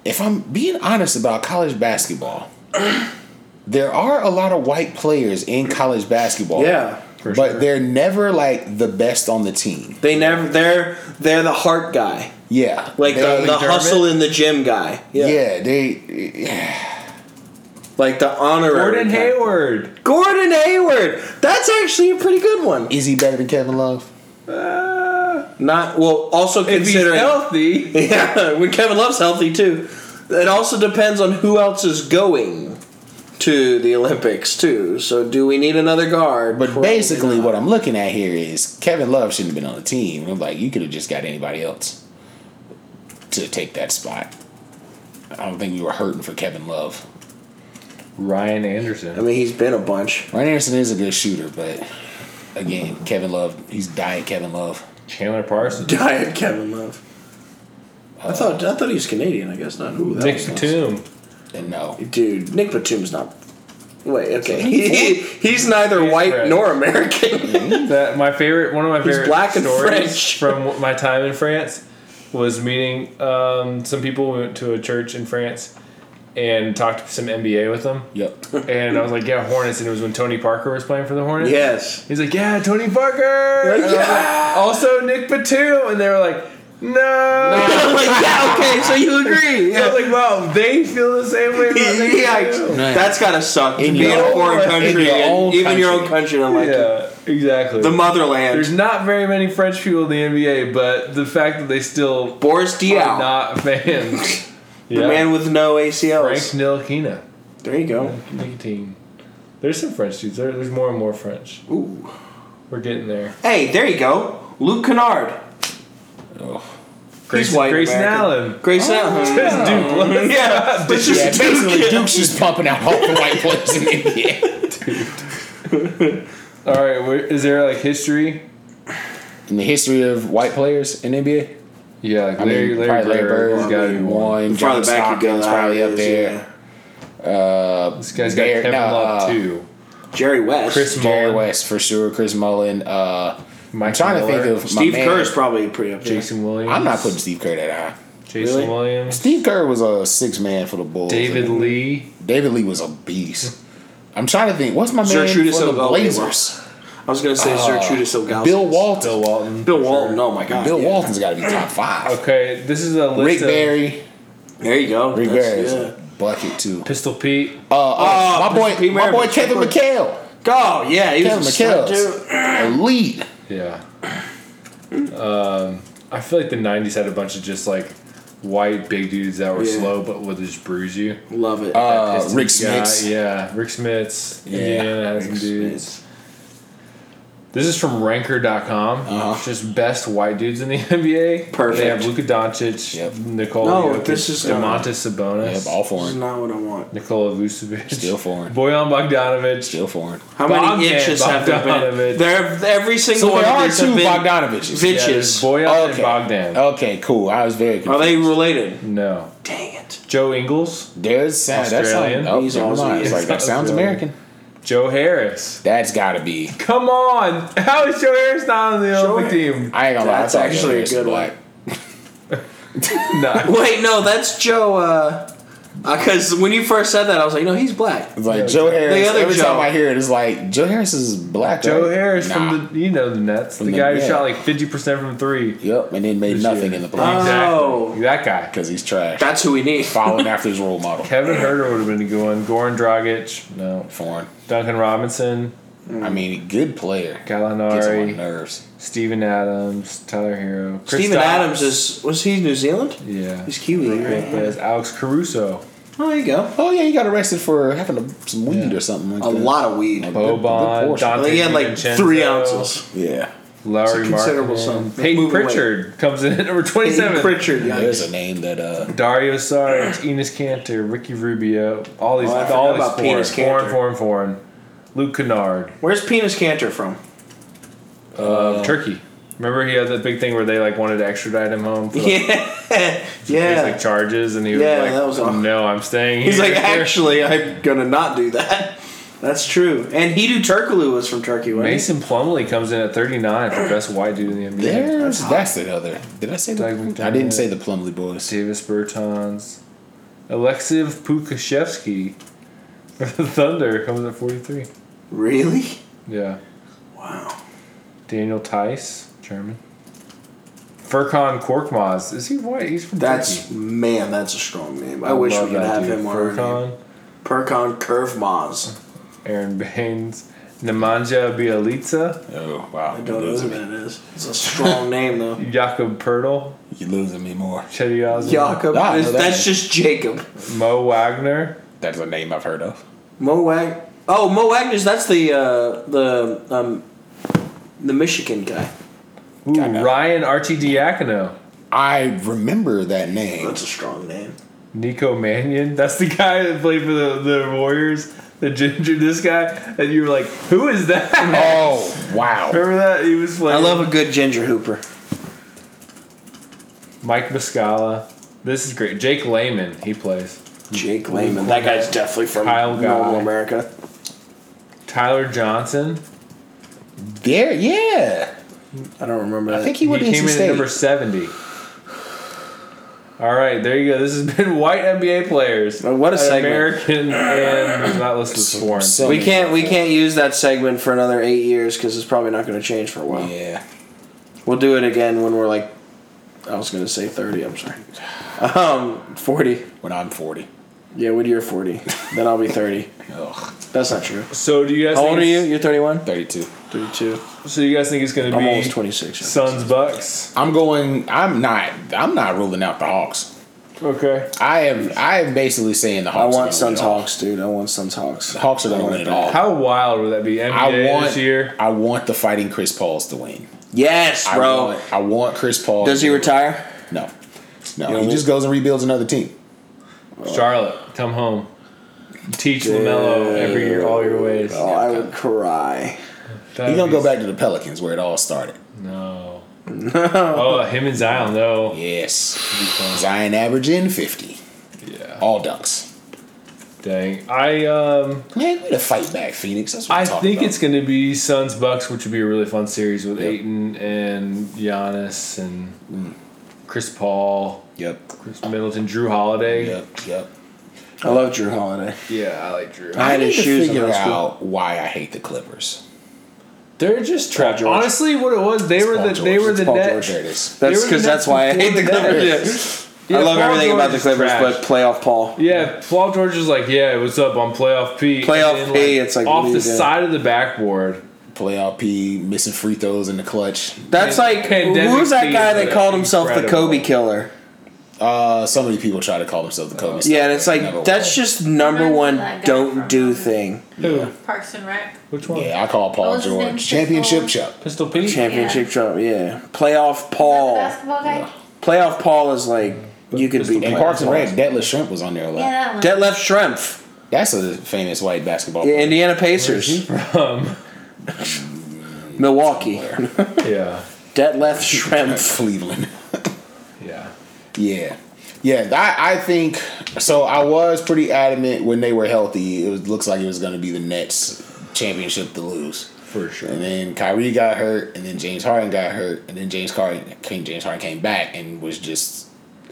Speaker 1: if I'm being honest about college basketball, there are a lot of white players in college basketball.
Speaker 3: Yeah.
Speaker 2: For
Speaker 1: but
Speaker 2: sure.
Speaker 1: they're never like the best on the team.
Speaker 3: They never they're they're the heart guy.
Speaker 1: Yeah,
Speaker 3: Like
Speaker 1: They-
Speaker 3: uh, the, the
Speaker 5: McDermott?
Speaker 3: hustle in the gym guy.
Speaker 1: yeah.
Speaker 3: Yeah.
Speaker 1: they.
Speaker 3: Like the honorary.
Speaker 2: Gordon
Speaker 3: guy.
Speaker 2: Hayward.
Speaker 3: Gordon Hayward. That's actually a pretty good one.
Speaker 1: Is he better than Kevin Love?
Speaker 2: Uh,
Speaker 3: Not well. Also
Speaker 2: if he's
Speaker 3: considering
Speaker 2: healthy,
Speaker 3: Yeah, when Kevin Love's healthy too. It also depends on who else is going to the Olympics too. So do we need another guard?
Speaker 1: But
Speaker 3: Probably
Speaker 1: basically,
Speaker 3: not.
Speaker 1: what I'm looking at here is Kevin Love shouldn't have been on the team. I'm like, you could have just got anybody else to take that spot. I don't think we were hurting for Kevin Love.
Speaker 2: Ryan
Speaker 3: I
Speaker 2: Anderson.
Speaker 3: mean, he's been a bunch.
Speaker 1: Ryan Anderson is a good shooter, but again, Kevin Love, he's dying Kevin Love.
Speaker 2: Chandler Parsons.
Speaker 3: Diet Kevin Love. I thought I thought he was Canadian. I guess not. Ooh, that
Speaker 2: Nick
Speaker 3: was nice.
Speaker 2: Batum.
Speaker 1: And no.
Speaker 3: Dude, Nick Batum's not. Wait, okay. He, he- he's neither
Speaker 2: He's Mm-hmm.
Speaker 3: white
Speaker 2: French.
Speaker 3: nor American.
Speaker 2: That my favorite, one of my
Speaker 3: He's
Speaker 2: favorite
Speaker 3: black and
Speaker 2: stories
Speaker 3: French.
Speaker 2: from my time in France was meeting um, some people. We went to a church in France and talked to some NBA with them.
Speaker 1: Yep.
Speaker 2: And I was like, "Yeah, Hornets." And it was when Tony Parker was playing for the Hornets.
Speaker 3: yes.
Speaker 2: He's like, "Yeah, Tony Parker." And I was like,
Speaker 3: Yeah.
Speaker 2: also, Nick Batum. And they were like, "No."
Speaker 3: I'm like, yeah, okay, so you agree.
Speaker 2: I
Speaker 3: Yeah.
Speaker 2: was like, "Wow, they feel the same way." About Nick
Speaker 3: Yikes.
Speaker 2: Batum."
Speaker 1: No.
Speaker 3: That's gotta suck.
Speaker 1: In
Speaker 3: to be in
Speaker 1: your
Speaker 3: a
Speaker 1: own-
Speaker 3: foreign
Speaker 2: in
Speaker 3: country,
Speaker 1: your
Speaker 3: and
Speaker 1: own
Speaker 3: even your
Speaker 1: country.
Speaker 3: own country, don't like it.
Speaker 2: Yeah, exactly.
Speaker 3: the
Speaker 2: There's
Speaker 3: motherland.
Speaker 2: not very many French people in the NBA, but the fact that they still
Speaker 3: Boris
Speaker 2: are
Speaker 3: Diaw,
Speaker 2: not fans.
Speaker 3: the man with no
Speaker 2: Frank
Speaker 3: ACLs.
Speaker 2: Nilakina.
Speaker 3: There you go.
Speaker 2: Nicotine. There's some French dudes. There, there's more and more French.
Speaker 3: Ooh.
Speaker 2: We're getting there.
Speaker 3: Hey, there you go. Luke Kennard.
Speaker 2: Grayson,
Speaker 3: white
Speaker 2: Grayson
Speaker 3: American.
Speaker 2: Allen.
Speaker 3: Grayson Allen.
Speaker 2: This dude was-
Speaker 3: Yeah, it's just
Speaker 1: Yeah,
Speaker 3: a dude.
Speaker 1: basically, Duke's just pumping out all the white players in the NBA.
Speaker 2: All right, where, is there like history?
Speaker 1: In the history of white players in the NBA,
Speaker 2: Yeah, like
Speaker 1: I mean,
Speaker 2: Larry, Larry,
Speaker 1: probably Larry
Speaker 2: Bird has
Speaker 1: Bird
Speaker 2: got to be one.
Speaker 1: one.
Speaker 3: Farther
Speaker 1: John
Speaker 3: back you go,
Speaker 1: Stockton's probably up there. Uh,
Speaker 2: This guy's got
Speaker 1: Bear-
Speaker 2: Kevin
Speaker 1: no,
Speaker 2: Love
Speaker 1: uh,
Speaker 2: too.
Speaker 3: Jerry West.
Speaker 2: Chris
Speaker 1: Jerry
Speaker 2: Mullen,
Speaker 1: West for sure. Chris Mullen. Uh,
Speaker 2: Mike
Speaker 1: I'm trying
Speaker 2: Miller,
Speaker 1: to think of
Speaker 3: Steve
Speaker 1: my man.
Speaker 3: Kerr's probably pretty up there.
Speaker 2: Jason Williams.
Speaker 1: I'm not putting Steve Kerr that high.
Speaker 2: Jason
Speaker 3: Really?
Speaker 2: Williams.
Speaker 1: Steve Kerr was a six man for the Bulls.
Speaker 2: David Lee.
Speaker 1: David Lee was a beast. I'm trying to think. What's my man
Speaker 3: Zyrtrudis
Speaker 1: for the
Speaker 3: Elgabalus.
Speaker 1: Blazers?
Speaker 3: I was gonna say Zertrudis Ilgauskas.
Speaker 1: Bill Walton.
Speaker 2: Bill Walton.
Speaker 3: Bill Walton. Oh my God.
Speaker 1: Bill
Speaker 3: yeah.
Speaker 1: Walton's got to be top five.
Speaker 2: Okay, uh, this is a list
Speaker 1: Rick
Speaker 2: of
Speaker 1: Barry.
Speaker 3: There you go.
Speaker 1: Rick
Speaker 3: That's-
Speaker 1: Barry is
Speaker 3: yeah.
Speaker 1: a bucket too.
Speaker 2: Pistol Pete.
Speaker 1: Uh, oh,
Speaker 3: Oh,
Speaker 1: my boy,
Speaker 3: Pete
Speaker 1: my boy
Speaker 3: Maravich,
Speaker 1: Kevin
Speaker 3: of course.
Speaker 1: McHale.
Speaker 3: Oh yeah, he
Speaker 1: Kevin
Speaker 3: was a stud, too.
Speaker 1: McHale, elite.
Speaker 2: Yeah. um, I feel like the '90s had a bunch of just like white big dudes that were
Speaker 3: Yeah.
Speaker 2: slow but would just bruise you.
Speaker 3: Love it.
Speaker 1: Uh,
Speaker 2: Pistons
Speaker 1: Rick
Speaker 2: guy,
Speaker 1: Smiths.
Speaker 2: yeah, Rick Smiths.
Speaker 1: Yeah,
Speaker 2: Indiana had some dudes. This is from Ranker.com.
Speaker 1: Uh-huh.
Speaker 2: Just best white dudes in the NBA.
Speaker 3: Perfect.
Speaker 2: They have Luka Doncic,
Speaker 1: Yep.
Speaker 2: Nikola
Speaker 3: No,
Speaker 2: Jokic,
Speaker 3: this is not-
Speaker 2: Domantas Sabonis,
Speaker 1: Yep, all
Speaker 3: This is
Speaker 1: foreign.
Speaker 3: not what I want.
Speaker 2: Nikola Vucevic,
Speaker 1: Still foreign.
Speaker 2: Boyan Bogdanovic.
Speaker 1: Still foreign.
Speaker 3: How
Speaker 2: Bogdan
Speaker 3: many inches have there
Speaker 2: Bogdanović.
Speaker 3: been? There, every single
Speaker 1: So
Speaker 3: one
Speaker 1: there
Speaker 3: of
Speaker 1: are
Speaker 3: these have
Speaker 1: two
Speaker 3: been
Speaker 1: Bogdanoviches.
Speaker 2: yeah, there's
Speaker 3: Vitches.
Speaker 2: Boyan
Speaker 1: Okay. Oh.
Speaker 2: and Bogdan.
Speaker 1: Okay, cool. I was very
Speaker 3: are
Speaker 1: confused.
Speaker 3: they related?
Speaker 2: No,
Speaker 3: Dang it.
Speaker 2: Joe Ingles,
Speaker 1: There's sound. That
Speaker 2: Australian.
Speaker 1: sounds. Oh,
Speaker 3: He's
Speaker 1: never mind.
Speaker 3: Aussie.
Speaker 1: It's like that sounds
Speaker 2: Australian.
Speaker 1: American.
Speaker 2: Joe Harris.
Speaker 1: That's gotta be.
Speaker 2: Come on! How is Joe Harris not on the Olympic team?
Speaker 1: I ain't gonna lie. I
Speaker 3: That's
Speaker 1: thought
Speaker 3: actually a
Speaker 1: Jokic was
Speaker 3: good
Speaker 1: black.
Speaker 2: No.
Speaker 3: Wait, no, that's Joe. uh Because when you first said that, I was like, no, he's black.
Speaker 1: It's like Joe Harris.
Speaker 3: other
Speaker 1: Every
Speaker 3: Joe.
Speaker 1: time I hear it, it's like Joe Harris is black.
Speaker 2: Joe
Speaker 1: right?
Speaker 2: Harris
Speaker 1: Nah.
Speaker 2: from the you know the Nets, the,
Speaker 1: the-
Speaker 2: guy who
Speaker 1: yeah.
Speaker 2: shot like fifty percent from three.
Speaker 1: Yep, and then made
Speaker 2: this
Speaker 1: nothing in
Speaker 2: year.
Speaker 1: the
Speaker 3: Uh,
Speaker 1: playoffs
Speaker 3: Oh.
Speaker 2: Exactly. That guy.
Speaker 1: because he's trash.
Speaker 3: That's who we need.
Speaker 1: Following after his role model.
Speaker 2: Kevin Herter would have been a good one. Goran Dragic, no.
Speaker 1: Foreign.
Speaker 2: Duncan Robinson, Mm.
Speaker 1: I mean, good player. Gets on my
Speaker 2: Gallinari,
Speaker 1: nerves.
Speaker 2: Steven Adams, Tyler Hero,
Speaker 3: Stephen
Speaker 2: Kristaps.
Speaker 3: Adams is was he New Zealand?
Speaker 2: yeah.
Speaker 3: He's Kiwi.
Speaker 2: Great
Speaker 3: Right?
Speaker 2: players. Alex Caruso,
Speaker 3: Oh, there you go.
Speaker 1: Oh yeah, he got arrested for having a, some weed or something like
Speaker 3: A
Speaker 1: that.
Speaker 3: lot of weed.
Speaker 1: Good- good
Speaker 2: Boban,
Speaker 1: portion.
Speaker 3: I
Speaker 2: Dante
Speaker 3: think he had like
Speaker 2: DiVincenzo,
Speaker 3: three ounces.
Speaker 1: Yeah.
Speaker 2: Lowry
Speaker 3: It's a considerable
Speaker 2: Markkanen,
Speaker 3: sum.
Speaker 2: Peyton
Speaker 3: Move away.
Speaker 2: Pritchard comes in at number twenty-seven.
Speaker 3: Pritchard. Yeah.
Speaker 1: There's a name that uh
Speaker 2: Dario Saric, Enos Cantor, Ricky Rubio, all these,
Speaker 3: Oh, I forgot
Speaker 2: all
Speaker 3: about
Speaker 2: these
Speaker 3: Enes
Speaker 2: foreign,
Speaker 3: Kanter.
Speaker 2: foreign, foreign, foreign. Luke Kennard,
Speaker 3: Where's Penis Cantor from? Oh.
Speaker 2: uh, Turkey. Remember he had that big thing where they like wanted to extradite him home for like,
Speaker 3: Yeah.
Speaker 2: basic
Speaker 3: yeah.
Speaker 2: charges, and he was
Speaker 3: Yeah,
Speaker 2: like,
Speaker 3: that was all-
Speaker 2: "No, I'm staying."
Speaker 3: He's
Speaker 2: here."
Speaker 3: like, actually, I'm gonna not do that. That's true. And Hidu Turkoglu was from Turkey, wasn't
Speaker 2: Mason Plumley comes in at 39 for best white dude in the NBA.
Speaker 1: there's that's another. Did I say the
Speaker 2: Doug-
Speaker 1: I didn't say the Plumley boys.
Speaker 2: Davis Bertans, Alexeyev Pukashevsky for the Thunder comes at 43.
Speaker 3: he? Really?
Speaker 2: Yeah,
Speaker 3: Wow.
Speaker 2: Daniel Tice, German. Furkan Korkmaz. Is he white? He's from
Speaker 3: That's
Speaker 2: Turkey.
Speaker 3: man, that's a strong name. I, wish we
Speaker 2: love
Speaker 3: could
Speaker 2: that
Speaker 3: have
Speaker 2: dude.
Speaker 3: him on our name.
Speaker 2: Furkan,
Speaker 3: Percon Curve Maz.
Speaker 2: Aaron Baines, Nemanja Bialica,
Speaker 6: Oh wow,
Speaker 3: I
Speaker 6: you're
Speaker 3: don't know who
Speaker 6: losing me.
Speaker 3: that is. It's a strong name though.
Speaker 2: Jakob Pertl,
Speaker 6: You're losing me more.
Speaker 2: Chetty Osman,
Speaker 3: Jacob.
Speaker 6: Ah, I know
Speaker 3: That's-
Speaker 6: that
Speaker 3: that's
Speaker 6: name.
Speaker 3: just Jacob.
Speaker 2: Mo Wagner.
Speaker 6: That's a name I've heard of.
Speaker 3: Mo Wag. Oh, Mo Wagner's. That's the uh, the um, the Michigan guy.
Speaker 2: Ooh,
Speaker 6: Kinda.
Speaker 2: Ryan Archidiakono.
Speaker 1: I remember that name.
Speaker 3: That's a strong name.
Speaker 2: Nico Mannion. That's the guy that played for the, the Warriors. The ginger, this guy, and you were like, "Who is that?"
Speaker 1: Oh wow!
Speaker 2: Remember that he was
Speaker 3: I
Speaker 2: playing.
Speaker 3: love a good ginger hooper.
Speaker 2: Mike Muscala. This is great. Jake Lehman, he plays.
Speaker 3: Jake Lehman. Mm-hmm. That guy's definitely from
Speaker 2: Kyle guy.
Speaker 3: normal America.
Speaker 2: Tyler Johnson.
Speaker 1: There, yeah.
Speaker 3: I don't remember that.
Speaker 1: I think he went to NC
Speaker 2: came in at
Speaker 1: State.
Speaker 2: number seventy. All right, there you go. This has been white NBA players.
Speaker 3: Oh, what a
Speaker 2: An
Speaker 3: segment.
Speaker 2: American and not listed as foreign.
Speaker 1: So-
Speaker 3: we can't we can't use that segment for another eight years because it's probably not going to change for a while.
Speaker 6: Yeah,
Speaker 3: We'll do it again when we're like, I was going to say thirty. I'm sorry. Um, forty.
Speaker 6: when I'm 40.
Speaker 3: Yeah, when you're forty, then I'll be thirty.
Speaker 6: Ugh,
Speaker 3: That's not true.
Speaker 2: So do you guys?
Speaker 3: How
Speaker 2: think
Speaker 3: old are you?
Speaker 2: it's-
Speaker 3: You're 31?
Speaker 6: 32.
Speaker 3: 32.
Speaker 2: So you guys think it's going to
Speaker 3: I'm
Speaker 2: be
Speaker 3: almost 26.
Speaker 2: Suns Bucks?
Speaker 1: I'm going. I'm not. I'm not ruling out the Hawks.
Speaker 2: Okay.
Speaker 1: I am. I am basically saying the
Speaker 3: I
Speaker 1: Hawks. are
Speaker 3: want
Speaker 1: gonna
Speaker 3: Suns
Speaker 1: win it all.
Speaker 3: Hawks, dude. I want Suns Hawks.
Speaker 1: The Hawks are going
Speaker 3: I
Speaker 1: to
Speaker 3: want
Speaker 1: win it
Speaker 3: that.
Speaker 1: all.
Speaker 2: How wild would that be? NBA
Speaker 1: I want.
Speaker 2: this year.
Speaker 1: I want the fighting Chris Pauls to win.
Speaker 3: Yes,
Speaker 1: I
Speaker 3: bro.
Speaker 1: want, I want Chris Paul.
Speaker 3: Does he
Speaker 1: to-
Speaker 3: retire?
Speaker 1: No. No.
Speaker 3: You know
Speaker 1: he just goes and rebuilds another team.
Speaker 2: Charlotte, come home. Teach Lamelo every year, all your ways.
Speaker 3: Oh, I would cry.
Speaker 2: That'd
Speaker 1: He's gonna
Speaker 2: be
Speaker 1: go back to the Pelicans where it all started.
Speaker 2: No. No. Oh, him and Zion though.
Speaker 1: Yes.
Speaker 2: Yeah.
Speaker 1: Zion averaging fifty. All dunks.
Speaker 2: Dang. I um.
Speaker 1: Man, way to fight back, Phoenix. That's what
Speaker 2: I
Speaker 1: I'm talking
Speaker 2: think
Speaker 1: about.
Speaker 2: it's going to be Suns Bucks, which would be a really fun series with Aiton and Giannis and
Speaker 3: Mm.
Speaker 2: Chris Paul,
Speaker 1: Yep.
Speaker 2: Chris Middleton, Drew Holiday.
Speaker 1: Yep. Yep.
Speaker 3: I love Drew Holiday.
Speaker 2: Yeah, I like Drew.
Speaker 3: I
Speaker 1: I
Speaker 3: had
Speaker 1: need
Speaker 3: his
Speaker 1: to
Speaker 3: shoes in
Speaker 1: figure
Speaker 3: high school.
Speaker 1: out why I hate the Clippers.
Speaker 2: They're just trapped.
Speaker 3: George.
Speaker 2: Honestly, what it was, they were
Speaker 1: Paul
Speaker 2: the they
Speaker 1: George.
Speaker 2: were
Speaker 1: It's
Speaker 2: the
Speaker 1: Paul
Speaker 2: net.
Speaker 1: George. There it is.
Speaker 3: That's
Speaker 2: were
Speaker 3: because
Speaker 2: the Nets
Speaker 3: that's why I hate the
Speaker 2: before the
Speaker 3: Clippers.
Speaker 2: Yeah,
Speaker 3: I love
Speaker 2: Paul
Speaker 3: everything about the
Speaker 2: George is
Speaker 3: Clippers,
Speaker 2: trash.
Speaker 3: but playoff Paul.
Speaker 2: Yeah, Paul George is like, yeah, what's up? I'm playoff P. And
Speaker 3: Playoff
Speaker 2: then,
Speaker 3: P, it's like, what
Speaker 2: off
Speaker 3: are
Speaker 2: the
Speaker 3: you doing?
Speaker 2: side of the backboard.
Speaker 1: Playoff P missing free throws in the clutch.
Speaker 3: That's like
Speaker 2: Pandemic
Speaker 3: who's that
Speaker 2: P
Speaker 3: guy
Speaker 2: is
Speaker 3: that called
Speaker 2: incredible.
Speaker 3: himself the Kobe killer?
Speaker 1: Uh, so many people try to call themselves the Kobe.
Speaker 3: Yeah, and it's
Speaker 1: Never
Speaker 3: like that's
Speaker 1: will.
Speaker 3: just number
Speaker 4: Reminds me of
Speaker 3: one
Speaker 4: that guy
Speaker 3: don't
Speaker 4: from-
Speaker 3: do thing.
Speaker 2: Who?
Speaker 4: Parks and Rec.
Speaker 2: Which one?
Speaker 1: Yeah, I call
Speaker 4: What
Speaker 1: Paul
Speaker 4: was his name?
Speaker 1: George championship
Speaker 4: Pitbull?
Speaker 1: Chuck.
Speaker 2: Pistol Pete.
Speaker 3: Championship
Speaker 4: Yeah.
Speaker 3: trophy, yeah. Playoff Paul.
Speaker 4: basketball guy? Yeah,
Speaker 3: Playoff Paul is like you could be
Speaker 1: And Parks and Rec, Detlef Shrimp was on there. a lot.
Speaker 4: that one.
Speaker 3: Detlef Schrempf,
Speaker 1: That's a famous white basketball.
Speaker 3: yeah,
Speaker 1: player.
Speaker 3: Indiana Pacers,
Speaker 2: Um,
Speaker 3: Milwaukee.
Speaker 2: yeah.
Speaker 3: Detlef Schrempf.
Speaker 1: Cleveland.
Speaker 2: Yeah.
Speaker 1: Yeah. Yeah, I, I think so. I was pretty adamant when they were healthy. It was, looks like it was going to be the Nets championship to lose.
Speaker 2: For sure.
Speaker 1: And then Kyrie got hurt, and then James Harden got hurt, and then James Harden came. James Harden came back and was just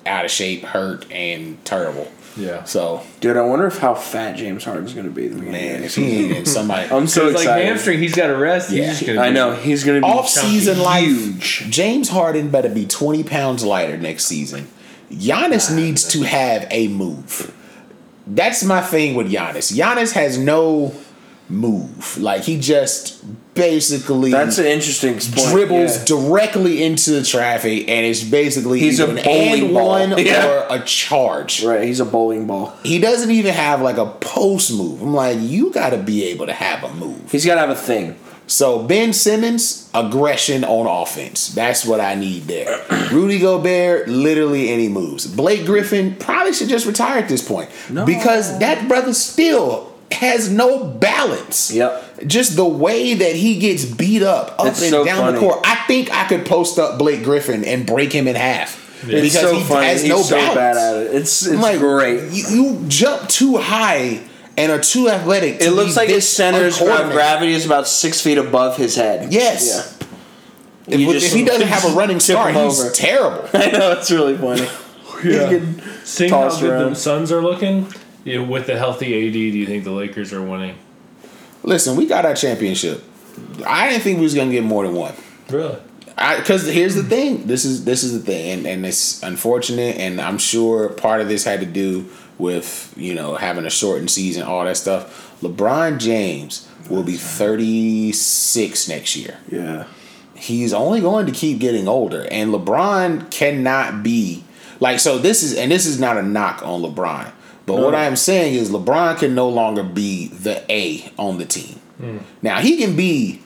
Speaker 1: out of shape, hurt, and terrible.
Speaker 2: Yeah.
Speaker 1: So
Speaker 3: Dude, I wonder if how fat James Harden's gonna be. at the beginning of
Speaker 1: man,
Speaker 3: the
Speaker 1: if
Speaker 3: season.
Speaker 1: he ain't in somebody
Speaker 3: I'm so
Speaker 2: it's like
Speaker 3: excited.
Speaker 2: hamstring, he's got a rest.
Speaker 1: Yeah.
Speaker 2: He's just gonna
Speaker 3: I
Speaker 2: be-
Speaker 3: know he's gonna be
Speaker 1: off
Speaker 3: chunky.
Speaker 1: season life,
Speaker 3: huge.
Speaker 1: James Harden better be twenty pounds lighter next season. Giannis needs to have a move. That's my thing with Giannis. Giannis has no move. Like he just basically
Speaker 3: That's an interesting point.
Speaker 1: dribbles
Speaker 3: yeah.
Speaker 1: directly into the traffic, and it's basically
Speaker 3: He's a
Speaker 1: either an
Speaker 3: bowling
Speaker 1: and
Speaker 3: ball.
Speaker 1: one
Speaker 3: Yeah.
Speaker 1: or a charge.
Speaker 3: Right, he's a bowling ball.
Speaker 1: He doesn't even have like a post move. I'm like, you got to be able to have a move.
Speaker 3: He's gotta have a thing.
Speaker 1: So Ben Simmons, aggression on offense. That's what I need there. Rudy Gobert, literally any moves. Blake Griffin probably should just retire at this point because that brother still has no balance.
Speaker 3: Yep.
Speaker 1: Just the way that he gets beat up, up
Speaker 3: It's
Speaker 1: and
Speaker 3: so
Speaker 1: down the
Speaker 3: funny.
Speaker 1: court. I think I could post up Blake Griffin and break him in half
Speaker 3: It's so funny. he's so bad at
Speaker 1: it.
Speaker 3: it. It's it's
Speaker 1: like
Speaker 3: great.
Speaker 1: You, you jump too high and are too athletic. to
Speaker 3: It looks
Speaker 1: be
Speaker 3: like his
Speaker 1: this
Speaker 3: center's of
Speaker 1: uncoordinated.
Speaker 3: gravity is about six feet above his head.
Speaker 1: Yes.
Speaker 3: Yeah.
Speaker 1: If,
Speaker 3: You
Speaker 1: if
Speaker 3: just-
Speaker 1: he doesn't have a running
Speaker 3: tip
Speaker 1: start,
Speaker 3: him
Speaker 1: he's
Speaker 3: over.
Speaker 1: terrible.
Speaker 3: I know it's really funny.
Speaker 2: Yeah.
Speaker 3: He could-
Speaker 2: Seeing how
Speaker 3: tossed
Speaker 2: good
Speaker 3: around.
Speaker 2: the Suns are looking, yeah, with the healthy AD, do you think the Lakers are winning?
Speaker 1: Listen, we got our championship. I didn't think we was gonna get more than one.
Speaker 2: Really?
Speaker 1: because here's the thing. This is this is the thing, and, and it's unfortunate, and I'm sure part of this had to do with you know having a shortened season, all that stuff. LeBron James will be 36 next year.
Speaker 7: Yeah.
Speaker 1: He's only going to keep getting older, and LeBron cannot be like so. This is and this is not a knock on LeBron, but what I am saying is LeBron can no longer be the A on the team. Now he can be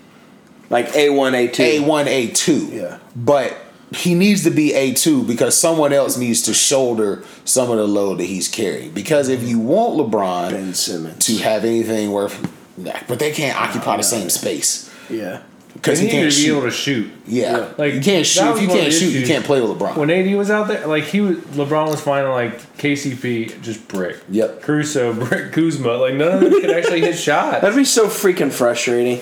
Speaker 3: Like A one, A two.
Speaker 1: a one, A two.
Speaker 7: Yeah.
Speaker 1: But he needs to be A two because someone else needs to shoulder some of the load that he's carrying. Because if you want LeBron
Speaker 7: Ben Simmons.
Speaker 1: to have anything worth, nah, but they can't occupy the same space
Speaker 7: Yeah.
Speaker 1: because
Speaker 5: They
Speaker 1: he
Speaker 5: need
Speaker 1: can't
Speaker 5: to be
Speaker 1: shoot.
Speaker 5: able to shoot.
Speaker 1: yeah.
Speaker 5: Like,
Speaker 1: like you can't shoot.
Speaker 5: that
Speaker 1: If
Speaker 5: was
Speaker 1: you
Speaker 5: one of
Speaker 1: can't
Speaker 5: the
Speaker 1: shoot, you
Speaker 5: issues.
Speaker 1: can't play with LeBron.
Speaker 5: When AD was out there, like he was, LeBron was finding like KCP just brick.
Speaker 1: Yep.
Speaker 5: Caruso brick Kuzma. Like none of them could actually hit shots.
Speaker 3: That'd be so freaking frustrating.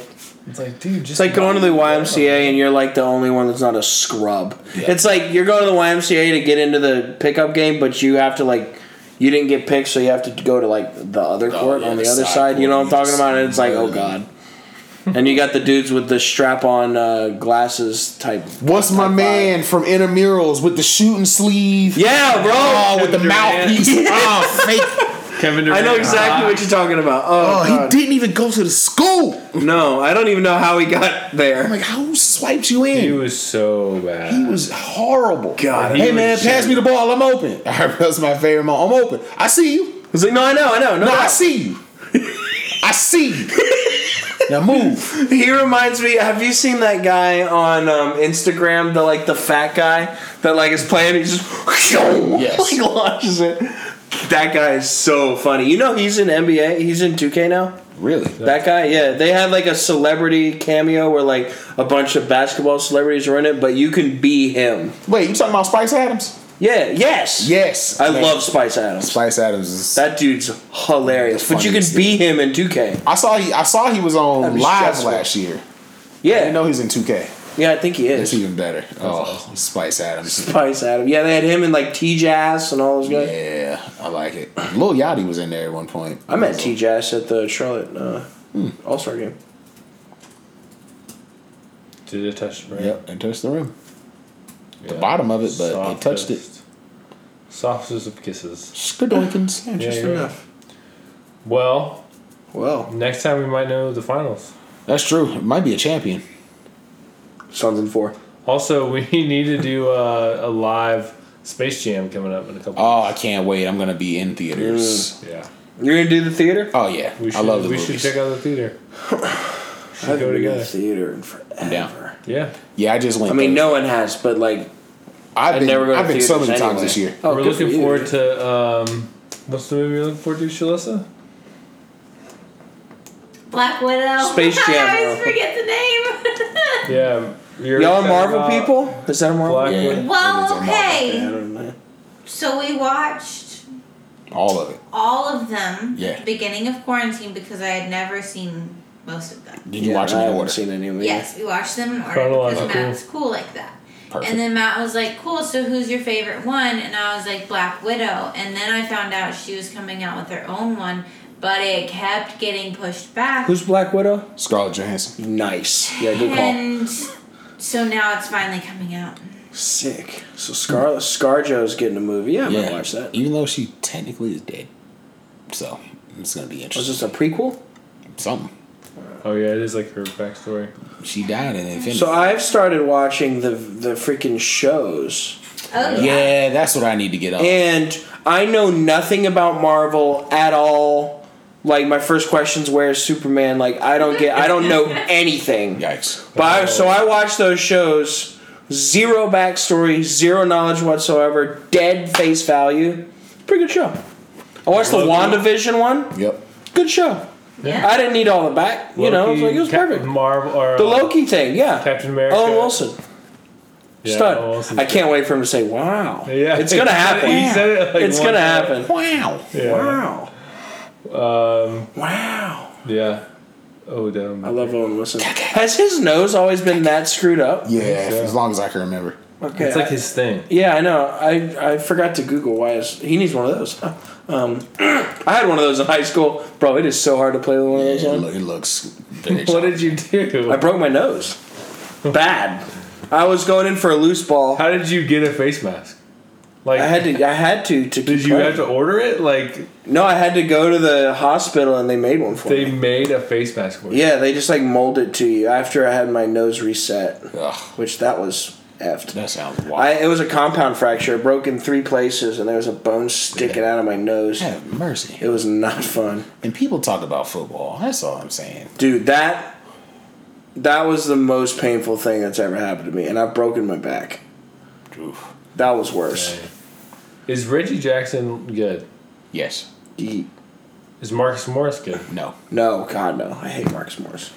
Speaker 5: It's like dude, just
Speaker 3: It's like going to the YMCA and you're like the only one that's not a scrub. It's like you're going to the YMCA to get into the pickup game, but you have to like you didn't get picked, so you have to go to like the other
Speaker 1: Oh,
Speaker 3: court
Speaker 1: yeah,
Speaker 3: on the
Speaker 1: the
Speaker 3: other
Speaker 1: side
Speaker 3: side. You know what I'm
Speaker 1: court, you
Speaker 3: talking
Speaker 1: just-
Speaker 3: about? And it's like, oh god. and you got the dudes with the strap-on uh, glasses type.
Speaker 1: What's my
Speaker 3: type vibe.
Speaker 1: man from intramurals with the shooting sleeve?
Speaker 3: Yeah, bro.
Speaker 1: Oh, with the mouthpiece. Oh, fake.
Speaker 5: Kevin Durant.
Speaker 3: I know exactly what you're talking about. Oh,
Speaker 1: Oh, he
Speaker 3: God.
Speaker 1: didn't even go to the school.
Speaker 3: no, I don't even know how he got there.
Speaker 1: Like, how swiped you in?
Speaker 5: He was so bad.
Speaker 1: He was horrible.
Speaker 7: God,
Speaker 1: hey
Speaker 5: he
Speaker 1: man,
Speaker 5: was
Speaker 1: pass
Speaker 5: shit.
Speaker 1: me the ball. I'm open. That's my favorite moment. I'm open. I see you.
Speaker 3: He's like, no, I know, I know,
Speaker 1: No,
Speaker 3: no, no.
Speaker 1: I see you. I see you. Now move.
Speaker 3: He reminds me. Have you seen that guy on um, Instagram? The like the fat guy that like is playing. He just
Speaker 1: Yes.
Speaker 3: like launches it. That guy is so funny. You know he's in NBA. He's in 2K now.
Speaker 1: Really?
Speaker 3: That guy, yeah. They had like a celebrity cameo where like a bunch of basketball celebrities were in it, but you can be him.
Speaker 1: Wait, you talking about Spice Adams?
Speaker 3: Yeah. Yes.
Speaker 1: Yes.
Speaker 3: I
Speaker 1: Man,
Speaker 3: love Spice Adams.
Speaker 1: Spice Adams. Is,
Speaker 3: That dude's hilarious.
Speaker 1: The
Speaker 3: But you can
Speaker 1: funniest
Speaker 3: be him in 2K.
Speaker 1: I saw he. I saw he was on
Speaker 3: be
Speaker 1: live
Speaker 3: stressful.
Speaker 1: last year. I didn't
Speaker 3: Yeah.
Speaker 1: know he's in 2K.
Speaker 3: Yeah, I think he
Speaker 1: It's
Speaker 3: is.
Speaker 1: even better. Oh, Spice Adams.
Speaker 3: Spice Adams. Yeah, they had him in like T Jazz and all those guys.
Speaker 1: Yeah, I like it. Lil Yachty was in there at one point.
Speaker 3: I met T Jazz at the Charlotte uh, All Star game.
Speaker 5: Did it touch the rim?
Speaker 1: Yep, and touched the rim. The
Speaker 5: Yeah.
Speaker 1: bottom of it, but it touched it.
Speaker 5: Softest- Softest of kisses.
Speaker 1: Skadoinkins.
Speaker 5: Yeah, you're right. Well,
Speaker 7: Well,
Speaker 5: next time we might know the finals.
Speaker 1: That's true. It might be a champion.
Speaker 3: Suns in four.
Speaker 5: Also, we need to do uh, a live Space Jam coming up in a couple.
Speaker 1: Oh, I can't wait. I'm gonna be in theaters.
Speaker 5: yeah,
Speaker 3: You're gonna do the theater?
Speaker 1: Oh yeah,
Speaker 5: we should.
Speaker 1: I love the
Speaker 5: we
Speaker 1: movies.
Speaker 5: should check out the theater.
Speaker 7: I haven't
Speaker 5: go
Speaker 7: been to
Speaker 5: together.
Speaker 7: the theater in forever.
Speaker 1: down.
Speaker 5: Yeah,
Speaker 1: yeah, I just went.
Speaker 3: I mean,
Speaker 1: there.
Speaker 3: no one has, but like
Speaker 1: I've
Speaker 3: I
Speaker 1: been.
Speaker 3: never go to
Speaker 1: I've been so many
Speaker 3: theaters
Speaker 1: times
Speaker 3: anyway.
Speaker 1: this year.
Speaker 7: Oh,
Speaker 5: we're
Speaker 7: good for
Speaker 5: looking
Speaker 7: you.
Speaker 5: forward to. Um, what's the movie we're looking forward to, Shalissa?
Speaker 4: Black Widow.
Speaker 3: Space Jam.
Speaker 4: I always forget the name.
Speaker 5: Yeah, you're
Speaker 3: y'all are
Speaker 5: excited
Speaker 3: Marvel
Speaker 5: about
Speaker 3: people. Is that a Marvel?
Speaker 5: Black
Speaker 1: Yeah.
Speaker 5: Widow?
Speaker 1: It's a
Speaker 4: well,
Speaker 1: Marvel
Speaker 7: Yeah, I
Speaker 4: okay.
Speaker 7: don't know.
Speaker 4: So we watched
Speaker 1: All of it.
Speaker 4: all of them.
Speaker 1: Yeah.
Speaker 4: Beginning of quarantine because I had never seen most of them.
Speaker 1: Did you
Speaker 3: Yeah,
Speaker 1: watch it
Speaker 3: I
Speaker 1: in
Speaker 3: haven't
Speaker 1: order?
Speaker 3: seen any of them.
Speaker 4: Yes, we watched them in order
Speaker 5: Chronological.
Speaker 4: because Matt's cool like that.
Speaker 1: Perfect.
Speaker 4: And then Matt was like, "Cool, so who's your favorite one?" And I was like, "Black Widow." And then I found out she was coming out with her own one, but it kept getting pushed back.
Speaker 3: Who's Black Widow?
Speaker 1: Scarlett Johansson.
Speaker 3: Nice. Yeah, good call.
Speaker 4: and so now it's finally coming out.
Speaker 3: Sick. So Scarlet ScarJo's getting a movie. Yeah, I'm
Speaker 1: yeah,
Speaker 3: gonna watch that.
Speaker 1: Even though she technically is dead, so it's gonna be
Speaker 3: Was
Speaker 1: interesting.
Speaker 3: this a prequel?
Speaker 1: Something.
Speaker 5: Oh yeah, it is like her backstory.
Speaker 1: She died in Infinity.
Speaker 3: So I've started watching the the freaking shows.
Speaker 4: Oh yeah.
Speaker 1: yeah, that's what I need to get on.
Speaker 3: And I know nothing about Marvel at all. Like my first question's where is Superman? Like I don't get I don't know anything.
Speaker 1: Yikes.
Speaker 3: But I, so I watch those shows, zero backstory, zero knowledge whatsoever, dead face value. Pretty good show. I watched the WandaVision one.
Speaker 1: Yep.
Speaker 3: Good show.
Speaker 4: Yeah.
Speaker 3: I didn't need all the back. You know, it was like it was
Speaker 5: Captain
Speaker 3: perfect.
Speaker 5: Marvel or
Speaker 3: The Loki thing, yeah.
Speaker 5: Captain America.
Speaker 3: Owen Wilson.
Speaker 5: Yeah,
Speaker 3: Stud.
Speaker 5: Owen Wilson's
Speaker 3: I can't wait for him to say, "Wow."
Speaker 5: Yeah.
Speaker 3: it's gonna happen.
Speaker 5: He said it like
Speaker 3: it's
Speaker 5: one
Speaker 3: gonna
Speaker 5: time.
Speaker 3: happen.
Speaker 1: Wow.
Speaker 5: Yeah.
Speaker 3: Wow.
Speaker 5: Um,
Speaker 3: Wow.
Speaker 5: yeah. Oh damn.
Speaker 3: I love Owen Wilson. Has his nose always been that screwed up?
Speaker 1: Yeah, as long as I can remember.
Speaker 3: Okay.
Speaker 5: It's like
Speaker 3: I-
Speaker 5: his thing.
Speaker 3: yeah, I know. I, I forgot to Google why his, he needs one of those. Um, I had one of those in high school. Bro, it is so hard to play with one of
Speaker 1: Yeah,
Speaker 3: those
Speaker 1: it,
Speaker 3: on.
Speaker 1: look, it looks. Very
Speaker 5: What did you do?
Speaker 3: I broke my nose. Bad. I was going in for a loose ball.
Speaker 2: How did you get a face mask? Like,
Speaker 3: I had to. I had to. To
Speaker 2: did
Speaker 3: keep
Speaker 2: you
Speaker 3: playing.
Speaker 2: have to order it? Like,
Speaker 3: No, I had to go to the hospital and they made one for
Speaker 2: they
Speaker 3: me.
Speaker 2: made a face mask for you.
Speaker 3: Yeah, they just like mold it to you after I had my nose reset,
Speaker 6: Ugh,
Speaker 3: which that was effed.
Speaker 6: that sounds wild.
Speaker 3: I, it was a compound fracture, It broke in three places, and there was a bone sticking out of my nose.
Speaker 6: Have mercy.
Speaker 3: It was not fun,
Speaker 6: And people talk about football. That's all I'm saying.
Speaker 3: dude. That that was the most painful thing that's ever happened to me, and I've broken my back.
Speaker 6: Oof.
Speaker 3: That was worse.
Speaker 2: Is Reggie Jackson good?
Speaker 6: Yes.
Speaker 3: Ye-
Speaker 2: Is Marcus Morris good?
Speaker 6: No.
Speaker 3: No, God, no. I hate Marcus Morris.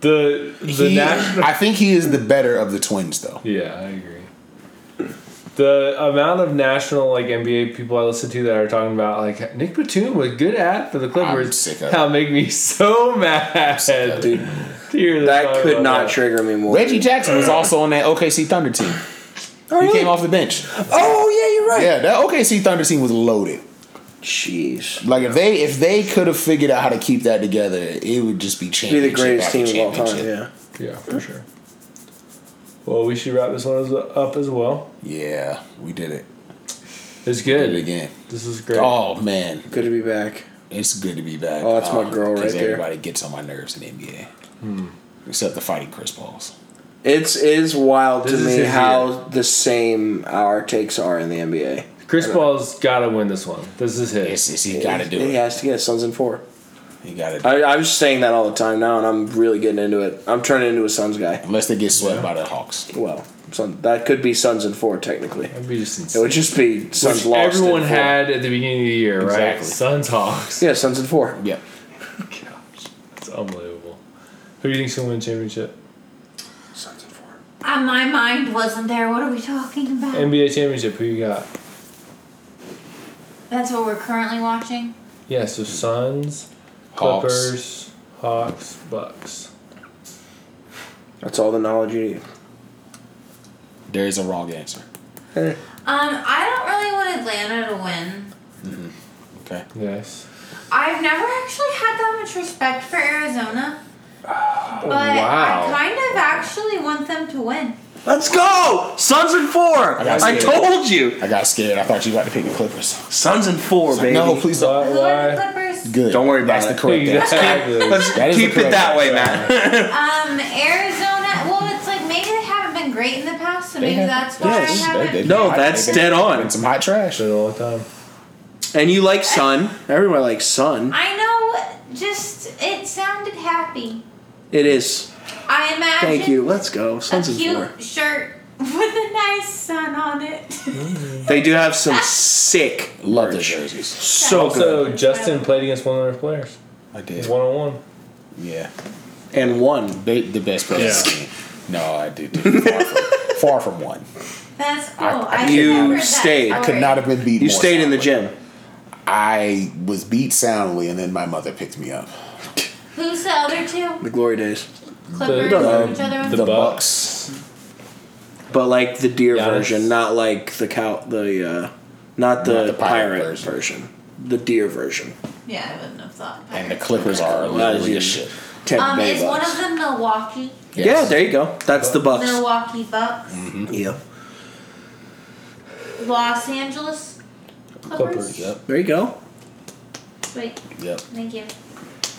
Speaker 2: The the
Speaker 1: He-
Speaker 2: national.
Speaker 1: I think he is the better of the twins, though.
Speaker 2: Yeah, I agree. The amount of national like NBA people I listen to that are talking about like Nick Batum was good at for the Clippers.
Speaker 6: sick of
Speaker 2: How make me so mad,
Speaker 3: Dude,
Speaker 2: to hear them
Speaker 3: that
Speaker 2: talk
Speaker 3: could
Speaker 2: about
Speaker 3: not
Speaker 2: that.
Speaker 3: trigger me more.
Speaker 1: Reggie Jackson was also on that OKC Thunder team.
Speaker 3: oh,
Speaker 1: He
Speaker 3: really?
Speaker 1: came off the bench.
Speaker 3: oh yeah, you're right.
Speaker 1: Yeah, that OKC Thunder team was loaded.
Speaker 3: Jeez.
Speaker 1: Like if they if they could have figured out how to keep that together, it would just be
Speaker 3: be
Speaker 1: championship.
Speaker 3: the greatest
Speaker 1: after
Speaker 3: team of all time.
Speaker 1: championship.
Speaker 3: Yeah.
Speaker 2: Yeah, for sure. Well, we should wrap this one as- up as well.
Speaker 1: Yeah, we did it. Did
Speaker 2: It's
Speaker 1: it
Speaker 2: good.
Speaker 1: again.
Speaker 2: This is great.
Speaker 1: Oh man,
Speaker 3: Good to be back.
Speaker 6: It's good to be back. Um,
Speaker 3: Oh, that's my girl right
Speaker 6: 'cause
Speaker 3: there.
Speaker 6: Everybody gets on my nerves in the NBA. Except the fighting Chris Pauls.
Speaker 3: It's it is wild
Speaker 2: This
Speaker 3: to
Speaker 2: is
Speaker 3: me
Speaker 2: his
Speaker 3: how the same our takes are in the NBA.
Speaker 2: Chris Paul's got to win this one. This is his.
Speaker 6: It's, it's, you gotta do
Speaker 3: He
Speaker 6: it.
Speaker 3: has to get Suns in four.
Speaker 6: You gotta do it.
Speaker 3: I, I'm just saying that all the time now, and I'm really getting into it. I'm turning into a Suns guy.
Speaker 6: Unless they get swept by the Hawks.
Speaker 3: Well, Sun, that could be Suns in four technically.
Speaker 2: That'd be just
Speaker 3: It
Speaker 2: insane.
Speaker 3: would just be Suns
Speaker 2: Which
Speaker 3: lost. in
Speaker 2: everyone
Speaker 3: four.
Speaker 2: had at the beginning of the year, right?
Speaker 6: Exactly.
Speaker 2: Suns Hawks.
Speaker 3: Yeah, Suns in four.
Speaker 6: Yep.
Speaker 2: It's unbelievable. Who do you think's gonna win the championship?
Speaker 3: Suns in four.
Speaker 4: Uh, my mind wasn't there. What are we talking about?
Speaker 2: NBA championship. Who you got?
Speaker 4: That's what we're currently watching.
Speaker 2: Yeah, so Suns,
Speaker 6: Hawks.
Speaker 2: Clippers, Hawks, Bucks.
Speaker 3: That's all the knowledge you need.
Speaker 6: There is a wrong answer.
Speaker 4: Um, I don't really want Atlanta to win.
Speaker 6: Okay.
Speaker 2: Yes.
Speaker 4: I've never actually had that much respect for Arizona. But
Speaker 2: wow.
Speaker 4: I kind of actually want them to win.
Speaker 3: Let's go! Suns in four!
Speaker 6: got
Speaker 3: I,
Speaker 6: scared.
Speaker 3: told you!
Speaker 6: I got scared. I thought you were about to pick the Clippers.
Speaker 3: Suns in four, baby.
Speaker 1: no, please don't.
Speaker 2: Why?
Speaker 4: Who are the
Speaker 2: why?
Speaker 4: Clippers?
Speaker 1: Good.
Speaker 3: Don't worry about
Speaker 1: That's
Speaker 3: it.
Speaker 1: the correct answer.
Speaker 2: Exactly.
Speaker 3: Let's
Speaker 1: That is
Speaker 3: keep
Speaker 1: the
Speaker 3: it that
Speaker 1: correct
Speaker 3: way, Matt.
Speaker 4: Um, Arizona. Well, it's like maybe they haven't been great in the past, so maybe
Speaker 6: have-
Speaker 4: that's why
Speaker 3: yes,
Speaker 4: I haven't.
Speaker 6: They- they-
Speaker 3: No,
Speaker 6: I-
Speaker 3: that's
Speaker 6: they-
Speaker 3: dead on.
Speaker 1: Been some hot trash.
Speaker 2: Been a long time.
Speaker 3: And you like sun. Everyone likes sun.
Speaker 4: I know. Just it sounded happy.
Speaker 3: It is.
Speaker 4: I imagine.
Speaker 3: Thank you. Let's go.
Speaker 4: A
Speaker 3: Suns in four.
Speaker 4: cute shirt with a nice sun on it.
Speaker 3: They do have some sick
Speaker 6: Love their
Speaker 3: merch.
Speaker 6: jerseys.
Speaker 3: So
Speaker 2: Also,
Speaker 3: good.
Speaker 2: Justin played against one of their players.
Speaker 6: I
Speaker 2: It's
Speaker 6: did.
Speaker 2: one on one.
Speaker 6: Yeah.
Speaker 3: And one.
Speaker 6: They, the best players. No, I did. did. Far, from, far from one.
Speaker 4: That's cool. I,
Speaker 3: you
Speaker 4: remembered that
Speaker 3: stayed. I
Speaker 1: I could
Speaker 4: story.
Speaker 1: not have been beat.
Speaker 3: You
Speaker 1: more
Speaker 3: stayed in the
Speaker 1: soundly.
Speaker 3: gym.
Speaker 1: I was beat soundly, and then my mother picked me up.
Speaker 4: Who's the other two?
Speaker 3: The glory days.
Speaker 4: Clippers.
Speaker 2: the-
Speaker 4: which other one?
Speaker 2: the-
Speaker 1: Bucks.
Speaker 3: But like the deer
Speaker 2: Giannis.
Speaker 3: version, not like the cow the uh not the,
Speaker 6: the pirate
Speaker 3: pirate, version. The deer version.
Speaker 4: yeah, I wouldn't have thought.
Speaker 6: And the Clippers are
Speaker 3: That is
Speaker 6: literally a
Speaker 3: huge.
Speaker 6: shit.
Speaker 3: Ten
Speaker 4: Um,
Speaker 3: Bay
Speaker 4: is one
Speaker 3: Bucks.
Speaker 4: of them Milwaukee?
Speaker 3: Yeah, there you go. That's the Bucks.
Speaker 4: Milwaukee Bucks.
Speaker 3: Yeah.
Speaker 4: Los Angeles Clippers.
Speaker 2: Clippers. Yep.
Speaker 3: There you go.
Speaker 4: Wait,
Speaker 6: Yep.
Speaker 4: thank you.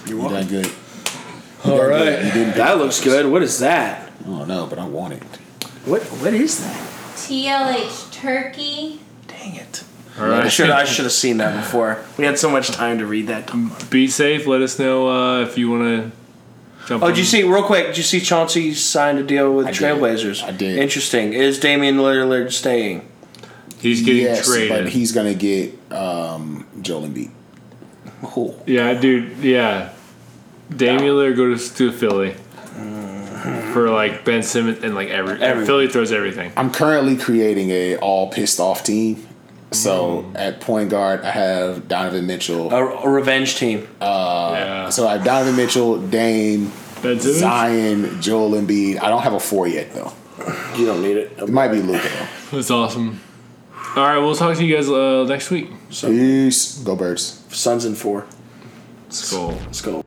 Speaker 6: You're welcome. done good.
Speaker 2: All right.
Speaker 6: You didn't pick
Speaker 3: That looks
Speaker 6: the Clippers.
Speaker 3: good. What is that?
Speaker 6: I don't know, but I want it.
Speaker 3: What what is that?
Speaker 4: TLH Turkey.
Speaker 3: Dang it.
Speaker 2: All
Speaker 3: I
Speaker 2: right.
Speaker 3: should I should have seen that before. We had so much time to read that.
Speaker 2: Be safe. Let us know uh, if you want to jump.
Speaker 3: Oh,
Speaker 2: on-
Speaker 3: did you see real quick? Did you see Chauncey signed a deal with
Speaker 6: I did.
Speaker 3: Trailblazers?
Speaker 6: I did.
Speaker 3: Interesting. Is Damian Lillard staying?
Speaker 2: He's getting
Speaker 1: Yes,
Speaker 2: traded.
Speaker 1: but he's gonna get um, Joel Embiid.
Speaker 3: Oh,
Speaker 2: Yeah, duuld. Yeah, Damian Lillard goes to Philly for like Ben Simmons and like every
Speaker 3: Everyone.
Speaker 2: Philly throws everything.
Speaker 1: I'm currently creating a all pissed off team. So
Speaker 2: Mm.
Speaker 1: at point guard, I have Donovan Mitchell.
Speaker 3: a, a revenge team.
Speaker 2: yeah,
Speaker 1: So I have Donovan Mitchell, Dame,
Speaker 2: Ben Simmons.
Speaker 1: Zion, Joel Embiid. I don't have a four yet though.
Speaker 3: You don't need it.
Speaker 1: It might be Luka.
Speaker 2: That's awesome. All right, we'll talk to you guys uh, next week.
Speaker 1: Peace. Go Birds.
Speaker 3: Suns in four.
Speaker 2: Let's go.
Speaker 3: Let's go.